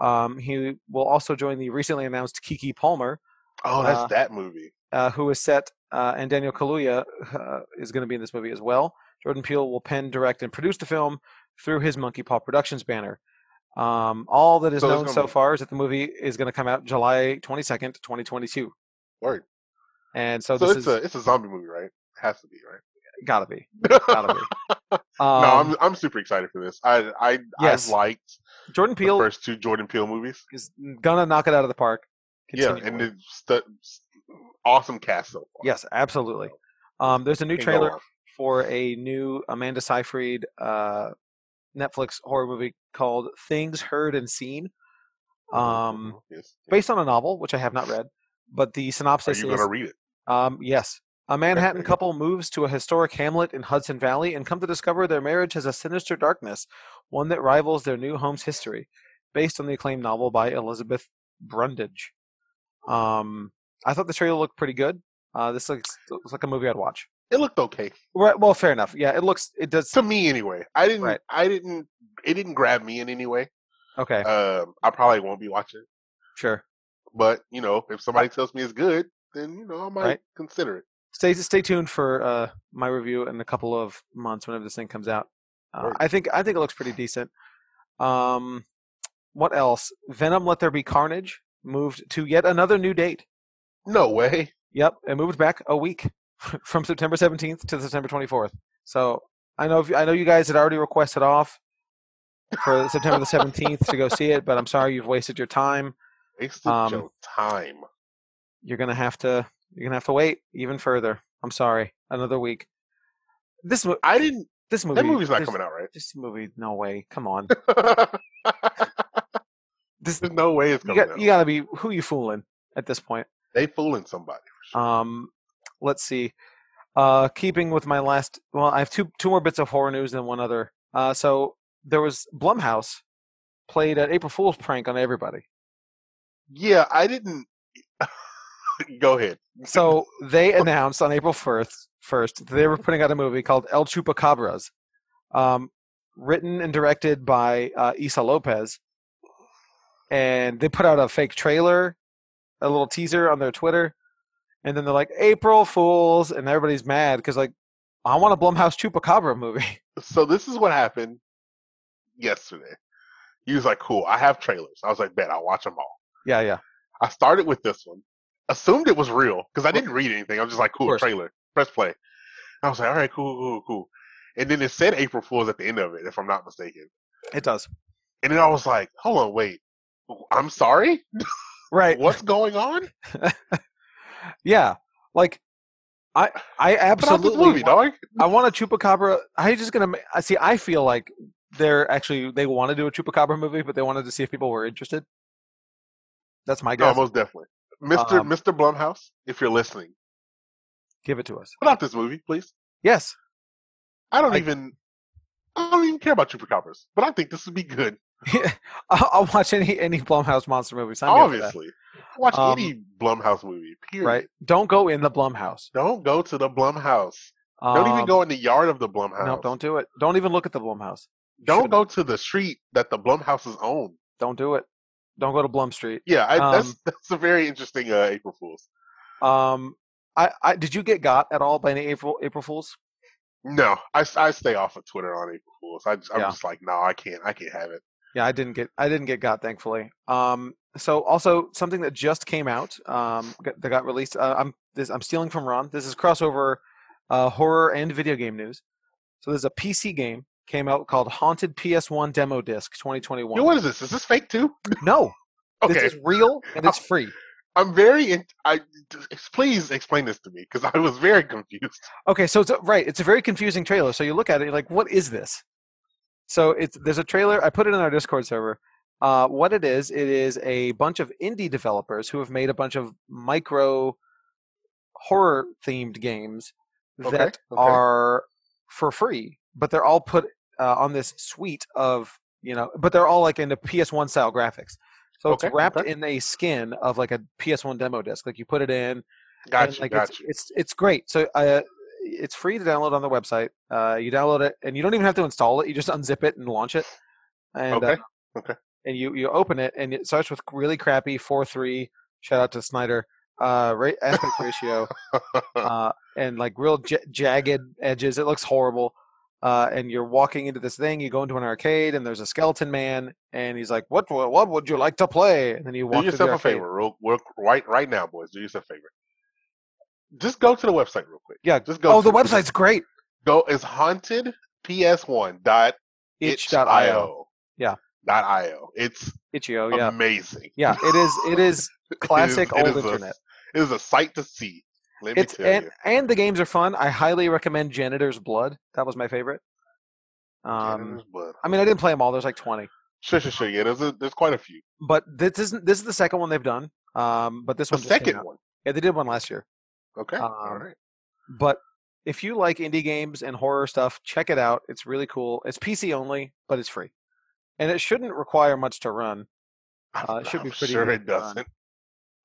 S1: Um, he will also join the recently announced Kiki Palmer,
S2: Oh, that's
S1: Uh,
S2: that movie.
S1: uh, who is set, uh, and Daniel Kaluuya uh, is going to be in this movie as well. Jordan Peele will pen, direct, and produce the film through his Monkey Paw Productions banner. Um, all that is
S2: So it's
S1: known
S2: gonna
S1: so
S2: be-
S1: far is that the movie is going to come out July 22nd, 2022.
S2: Word.
S1: And so,
S2: So,
S1: this
S2: it's
S1: is
S2: a it's a zombie movie, right? Has to be, right? [LAUGHS]
S1: gotta be, gotta
S2: no,
S1: be. Um,
S2: I'm I'm super excited for this. I I
S1: Yes.
S2: I've liked
S1: Jordan
S2: the
S1: Peele
S2: first two Jordan Peele movies.
S1: is gonna knock it out of the park.
S2: Yeah, and
S1: continually.
S2: the st- awesome cast so far.
S1: yes, absolutely. Um, there's a new
S2: Can't go
S1: trailer
S2: wrong.
S1: for a new Amanda Seyfried uh, Netflix horror movie called Things Heard and Seen,
S2: Mhm,
S1: um,
S2: mhm, yes, yes.
S1: based on a novel which I have not read. But the
S2: Are
S1: synopsis
S2: you
S1: is
S2: gonna read it?
S1: um, yes. A
S2: [LAUGHS]
S1: Manhattan
S2: Okay.
S1: couple moves to a historic hamlet in Hudson Valley and come to discover their marriage has a sinister darkness, one that rivals their new home's history, based on the acclaimed novel by Elizabeth Brundage. Um, I thought the trailer looked pretty good. Uh, this looks, looks like a movie I'd watch.
S2: It looked okay
S1: Right, well, fair enough. Yeah, it looks, it does.
S2: to me anyway. I didn't.
S1: Right.
S2: I didn't. It didn't grab me in any way.
S1: Okay,
S2: Um, I probably won't be watching. it.
S1: sure.
S2: But you know, if somebody tells me it's good, then you know I might
S1: Right.
S2: consider it.
S1: Stay, stay tuned for uh, my review in a couple of months whenever this thing comes out. Uh,
S2: Right.
S1: I think, I think it looks pretty decent. Um, what else? Venom: Let There Be Carnage moved to yet another new date.
S2: No way. [LAUGHS]
S1: Yep, it moved back a week [LAUGHS] from September 17th to September 24th. So I know if, I know you guys had already requested off for September the 17th to go see it, but I'm sorry you've wasted your time.
S2: Wasted
S1: Um,
S2: your time.
S1: You're gonna have to you're gonna have to wait even further. I'm sorry, another week. This mo-
S2: I didn't.
S1: this movie
S2: That movie's not
S1: there's-
S2: coming out, right? [LAUGHS]
S1: This movie, no way. Come on, this
S2: There's no way it's
S1: you
S2: coming
S1: got
S2: out.
S1: you gotta be who you fooling at this point.
S2: They fooling somebody.
S1: Um, let's see. Uh, keeping with my last, well, I have two two more bits of horror news and one other. Uh, so there was Blumhouse played an April Fool's prank on everybody.
S2: Yeah, I didn't. [LAUGHS] Go ahead.
S1: So they announced on April first first they were putting out a movie called El Chupacabras, um, written and directed by uh, Isa Lopez, and they put out a fake trailer, a little teaser on their Twitter, and then they're like April Fools, and everybody's mad because like I want a Blumhouse Chupacabra movie. [LAUGHS]
S2: So this is what happened yesterday. He was like, "Cool, I have trailers." I was like, "Bet I'll watch them all."
S1: Yeah, yeah.
S2: I started with this one, assumed it was real because I didn't read anything. I was just like, cool,
S1: course.
S2: trailer, press play. And I was like, all right, cool, cool, cool. And then it said April Fool's at the end of it, if I'm not mistaken.
S1: It does.
S2: And then I was like, hold on, wait. I'm sorry?
S1: Right.
S2: What's
S1: [LAUGHS]
S2: going on?
S1: Yeah. Like I I
S2: Put out this
S1: absolutely
S2: movie,
S1: want,
S2: dog. Oh,
S1: I want a chupacabra. I just going to I see I feel like they're actually they want to do a chupacabra movie but they wanted to see if people were interested. That's my
S2: No,
S1: guess.
S2: most definitely. Mr.
S1: Um,
S2: Mr. Blumhouse, if you're listening,
S1: Give it to us.
S2: put out this movie, please.
S1: Yes. [LAUGHS]
S2: I don't
S1: I-
S2: even I don't even care about Chupacabras, but I think this would be good.
S1: I'll, I'll watch any any Blumhouse monster movie. Sign me up for that,
S2: Obviously, watch
S1: Um,
S2: any Blumhouse movie. Period.
S1: right? Don't go in the Blumhouse.
S2: Don't go to the Blumhouse. Don't even
S1: Um,
S2: go in the yard of the Blumhouse.
S1: No, don't do it. Don't even look at the Blumhouse.
S2: Don't
S1: shouldn't.
S2: go to the street that the Blumhouse is on.
S1: Don't do it. Don't go to Blum Street.
S2: Yeah, I, that's
S1: Um,
S2: that's a very interesting uh, April Fool's.
S1: Um, I, I did you get got at all by any April April Fools?
S2: No, I, I stay off of Twitter on April Fool's. I, am
S1: Yeah.
S2: just like, no, I can't, I can't have it.
S1: Yeah, I didn't get I didn't get got thankfully. Um, so also something that just came out um got- that got released. Uh, I'm this I'm stealing from Ron. This is crossover uh, horror and video game news. So there's a PC game came out called Haunted PS1 Demo Disc
S2: Yo,
S1: 2021.
S2: what is this? Is this fake too?
S1: No,
S2: Okay,
S1: this is real and it's free.
S2: I'm very. In, I just- please explain this to me because I was very confused. [LAUGHS]
S1: Okay, so it's a, right. It's a very confusing trailer. So you look at it, you're like, "What is this?" So it's there's a trailer. I put it in our Discord server. Uh, what it is, it is a bunch of indie developers who have made a bunch of micro horror themed games
S2: Okay,
S1: that
S2: okay.
S1: are for free, but they're all put uh, on this suite of you know, but they're all like in the PS1 style graphics. So
S2: Okay,
S1: it's wrapped
S2: okay.
S1: in a skin of like a PS1 demo disc. Like you put it in,
S2: Got
S1: and,
S2: you,
S1: like,
S2: got
S1: it's,
S2: you.
S1: it's it's great. So uh, it's free to download on the website. Uh, you download it, and you don't even have to install it. You just unzip it and launch it. And,
S2: Okay,
S1: uh,
S2: okay.
S1: And you you open it, and it starts with really crappy four three. Shout out to Snyder. Uh, ra- aspect
S2: [LAUGHS]
S1: ratio uh, and like real j- jagged edges. It looks horrible. Uh, and you're walking into this thing. You go into an arcade, and there's a skeleton man, and he's like, "What? What, what would you like to play?" And then you
S2: do
S1: walk through the
S2: yourself a
S1: arcade.
S2: favor, real, real, right, right now, boys. Do yourself a favor. Just go to the website real quick.
S1: Yeah.
S2: Just go.
S1: Oh,
S2: to
S1: the
S2: it.
S1: website's great.
S2: go is hauntedps1.itch.io.
S1: Itch.io. Yeah.
S2: Dot io. It's
S1: Itch.io. E Yeah.
S2: amazing. [LAUGHS]
S1: Yeah, it is. It is classic
S2: it
S1: old
S2: is a-
S1: internet.
S2: It is a sight to see. Let me
S1: It's
S2: tell
S1: and,
S2: you.
S1: and the games are fun. I highly recommend Janitor's Blood. That was my favorite. Um,
S2: Janitor's blood.
S1: I mean, I didn't play them all. There's like 20,
S2: Sure, sure, sure. Yeah, there's a, there's quite a few.
S1: but this isn't. This is the second one they've done. Um, but this
S2: The
S1: one just came
S2: second
S1: out.
S2: one.
S1: Yeah, they did one last year.
S2: Okay. All
S1: Um,
S2: right. [LAUGHS]
S1: But if you like indie games and horror stuff, check it out. It's really cool. It's PC only, but it's free, and it shouldn't require much to run. uh, it should
S2: I'm
S1: be pretty
S2: Sure,
S1: easy
S2: it
S1: to run.
S2: doesn't.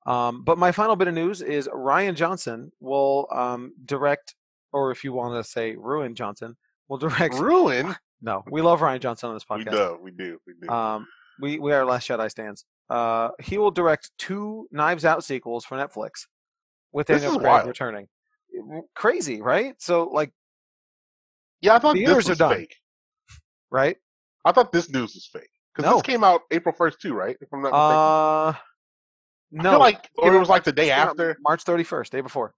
S1: Um, but my final bit of news is Ryan Johnson will um, direct, or if you want to say ruin Johnson, will direct. [LAUGHS]
S2: Ruin.
S1: no, we love Ryan Johnson on this
S2: We
S1: podcast.
S2: do. We do. We do.
S1: Um, we we are last Jedi stands. Uh, he will direct two Knives Out sequels for Netflix, with
S2: This
S1: Daniel
S2: is
S1: Craig
S2: wild.
S1: returning. W- Crazy, right? So like,
S2: yeah, I thought
S1: the
S2: this
S1: ears are
S2: was
S1: done.
S2: fake.
S1: right?
S2: I thought this news was fake because
S1: No.
S2: this came out April first too, right? If I'm not mistaken.
S1: Uh,
S2: I
S1: no,
S2: feel like or
S1: came
S2: it
S1: out
S2: was like the day
S1: Came out
S2: after.
S1: March thirty first, day before.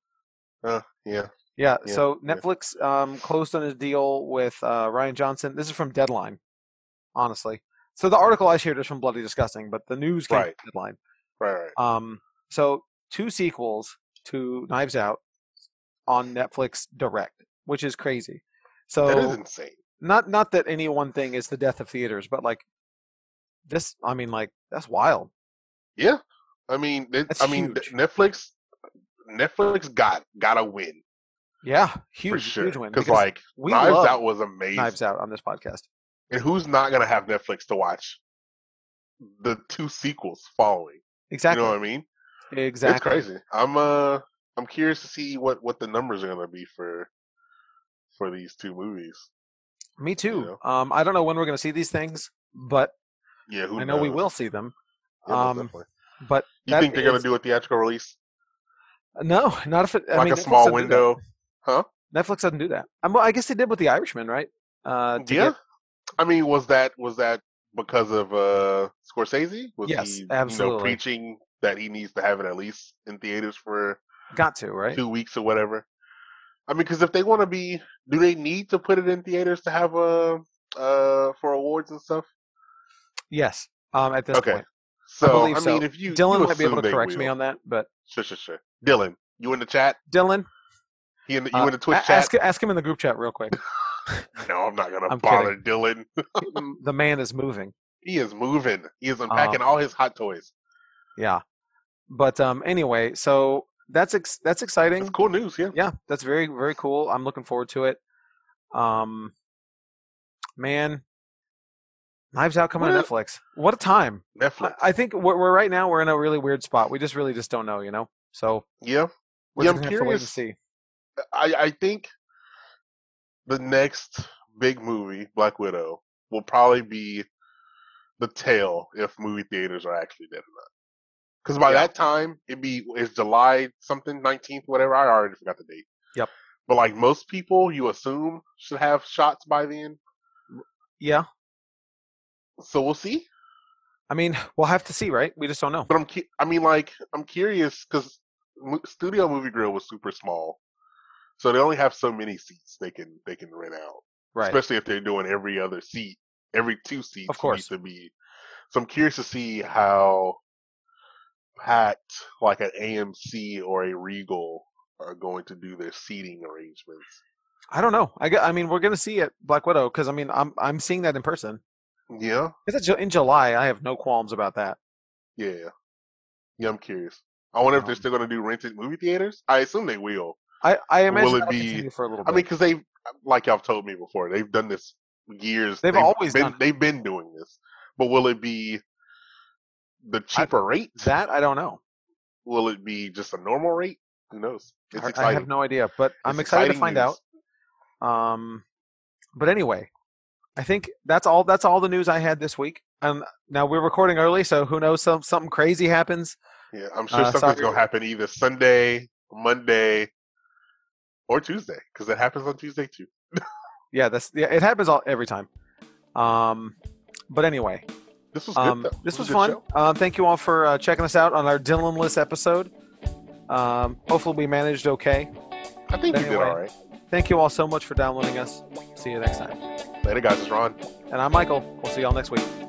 S2: Uh, yeah.
S1: Yeah,
S2: Yeah,
S1: so
S2: yeah.
S1: Netflix um, closed on a deal with uh, Ryan Johnson. This is from Deadline, honestly. So the article I shared is from Bloody Disgusting, but the news came
S2: Right.
S1: from Deadline.
S2: Right. Right.
S1: Um, so two sequels to Knives Out on Netflix Direct, which is crazy.
S2: That is
S1: So
S2: insane.
S1: not not that any one thing is the death of theaters, but like this, I mean, like that's wild.
S2: Yeah, I mean, it,
S1: That's
S2: I mean,
S1: huge.
S2: Netflix, Netflix got got a win
S1: Yeah,
S2: for
S1: huge,
S2: sure.
S1: huge win.
S2: Because like
S1: we
S2: Knives
S1: love
S2: Out was amazing,
S1: Knives Out on this podcast.
S2: and who's not gonna have Netflix to watch the two sequels following?
S1: Exactly,
S2: You know what I mean?
S1: exactly.
S2: It's crazy. I'm uh, I'm curious to see what what the numbers are gonna be for for these two movies.
S1: Me too.
S2: know?
S1: Um, I don't know when we're going to see these things, but
S2: Yeah, who
S1: I know we
S2: knows?
S1: will see them.
S2: Yeah, most
S1: um,
S2: definitely.
S1: But
S2: you
S1: that
S2: think they're gonna
S1: is-
S2: do a theatrical release,
S1: no, [LAUGHS] not if it, I
S2: like
S1: mean,
S2: a
S1: Netflix
S2: small
S1: doesn't do that.
S2: window?
S1: Netflix doesn't do that. Um, well, I guess they did with The Irishman, right? Uh, to
S2: yeah,
S1: get-
S2: I mean, was that was that because of uh Scorsese? Was
S1: Yes,
S2: he you
S1: absolutely.
S2: know, preaching that he needs to have it at least in theaters for
S1: got to right.
S2: two weeks or whatever? I mean, because if they want to be, do they need to put it in theaters to have uh, uh for awards and stuff?
S1: Yes. Um, at this
S2: Okay.
S1: point,
S2: So I,
S1: believe
S2: mean,
S1: so.
S2: if you
S1: Dylan
S2: you
S1: might be able
S2: assume
S1: to
S2: they
S1: correct me
S2: will.
S1: on that, but
S2: sure, sure, sure. Dylan, you in the chat?
S1: Dylan,
S2: He in the, you
S1: uh,
S2: in the Twitch
S1: a-
S2: chat?
S1: ask ask him in the group chat real
S2: [LAUGHS]
S1: quick.
S2: No, I'm not gonna
S1: I'm
S2: bother Dylan.
S1: M- the man is moving.
S2: He is moving. He
S1: Uh,
S2: is unpacking all his hot toys.
S1: Yeah. But um, anyway, so that's ex- that's exciting.
S2: It's cool news, yeah.
S1: yeah, that's very very cool. I'm looking forward to it. Um, man, Knives Out coming
S2: What?
S1: to Netflix. What a time!
S2: Netflix.
S1: I- I think we're, we're right now we're in a really weird spot. We just really just don't know, you know. So
S2: yeah.
S1: we're
S2: Yeah,
S1: just gonna have
S2: I'm
S1: to wait and
S2: curious.
S1: see.
S2: I, I think the next big movie, Black Widow, will probably be the tale if movie theaters are actually dead or not. Because by
S1: Yeah.
S2: that time, it'd be it's July something, nineteenth, whatever. I already forgot the date.
S1: Yep.
S2: But like most people, you assume should have shots by then.
S1: Yeah,
S2: So we'll see.
S1: I mean [SIGHS] we'll have to see, right? We just don't know.
S2: But I'm, cu- I mean, like I'm curious because Studio Movie Grill was super small, so they only have so many seats they can they can rent out.
S1: Right?
S2: especially if they're doing every other seat, every two seats.
S1: Of course.
S2: need to be. So I'm curious to see how packed like an AMC or a Regal are going to do their seating arrangements.
S1: I don't know. I, gue- I mean we're gonna see it Black Widow because I mean I'm I'm seeing that in person.
S2: Yeah,
S1: Is it Ju- in July? I have no qualms about that.
S2: yeah, yeah. I'm curious. I wonder if
S1: Um,
S2: they're still going to do rented movie theaters. I assume they will.
S1: I I imagine
S2: Will it
S1: that'll
S2: be-
S1: continue for a little
S2: I
S1: bit.
S2: mean, because they, like y'all told me before, they've done this years.
S1: They've always
S2: been,
S1: done it.
S2: They've been doing this, but will it be the cheaper rate?
S1: that I don't know.
S2: Will it be just a normal rate? Who knows? It's
S1: I-
S2: exciting.
S1: I have no idea, but I'm
S2: It's
S1: excited to
S2: exciting
S1: find
S2: news.
S1: out. Um, but anyway, I think that's all. That's all the news I had this week. Um, now we're recording early, so who knows? Some something crazy happens.
S2: Yeah, I'm sure
S1: Uh,
S2: something's
S1: sorry.
S2: gonna happen either Sunday, Monday, or Tuesday because it happens on Tuesday too.
S1: Yeah, that's yeah. It happens all every time. Um, but anyway,
S2: This was good
S1: um,
S2: though.
S1: this was
S2: a good
S1: fun.
S2: show.
S1: Um, thank you all for uh, checking us out on our Dylan-less episode. Um, hopefully we managed okay.
S2: I think you did
S1: Anyway.
S2: all right.
S1: Thank you all so much for downloading us. See you next time.
S2: Later, guys. It's Ron.
S1: And I'm Michael. We'll see y'all next week.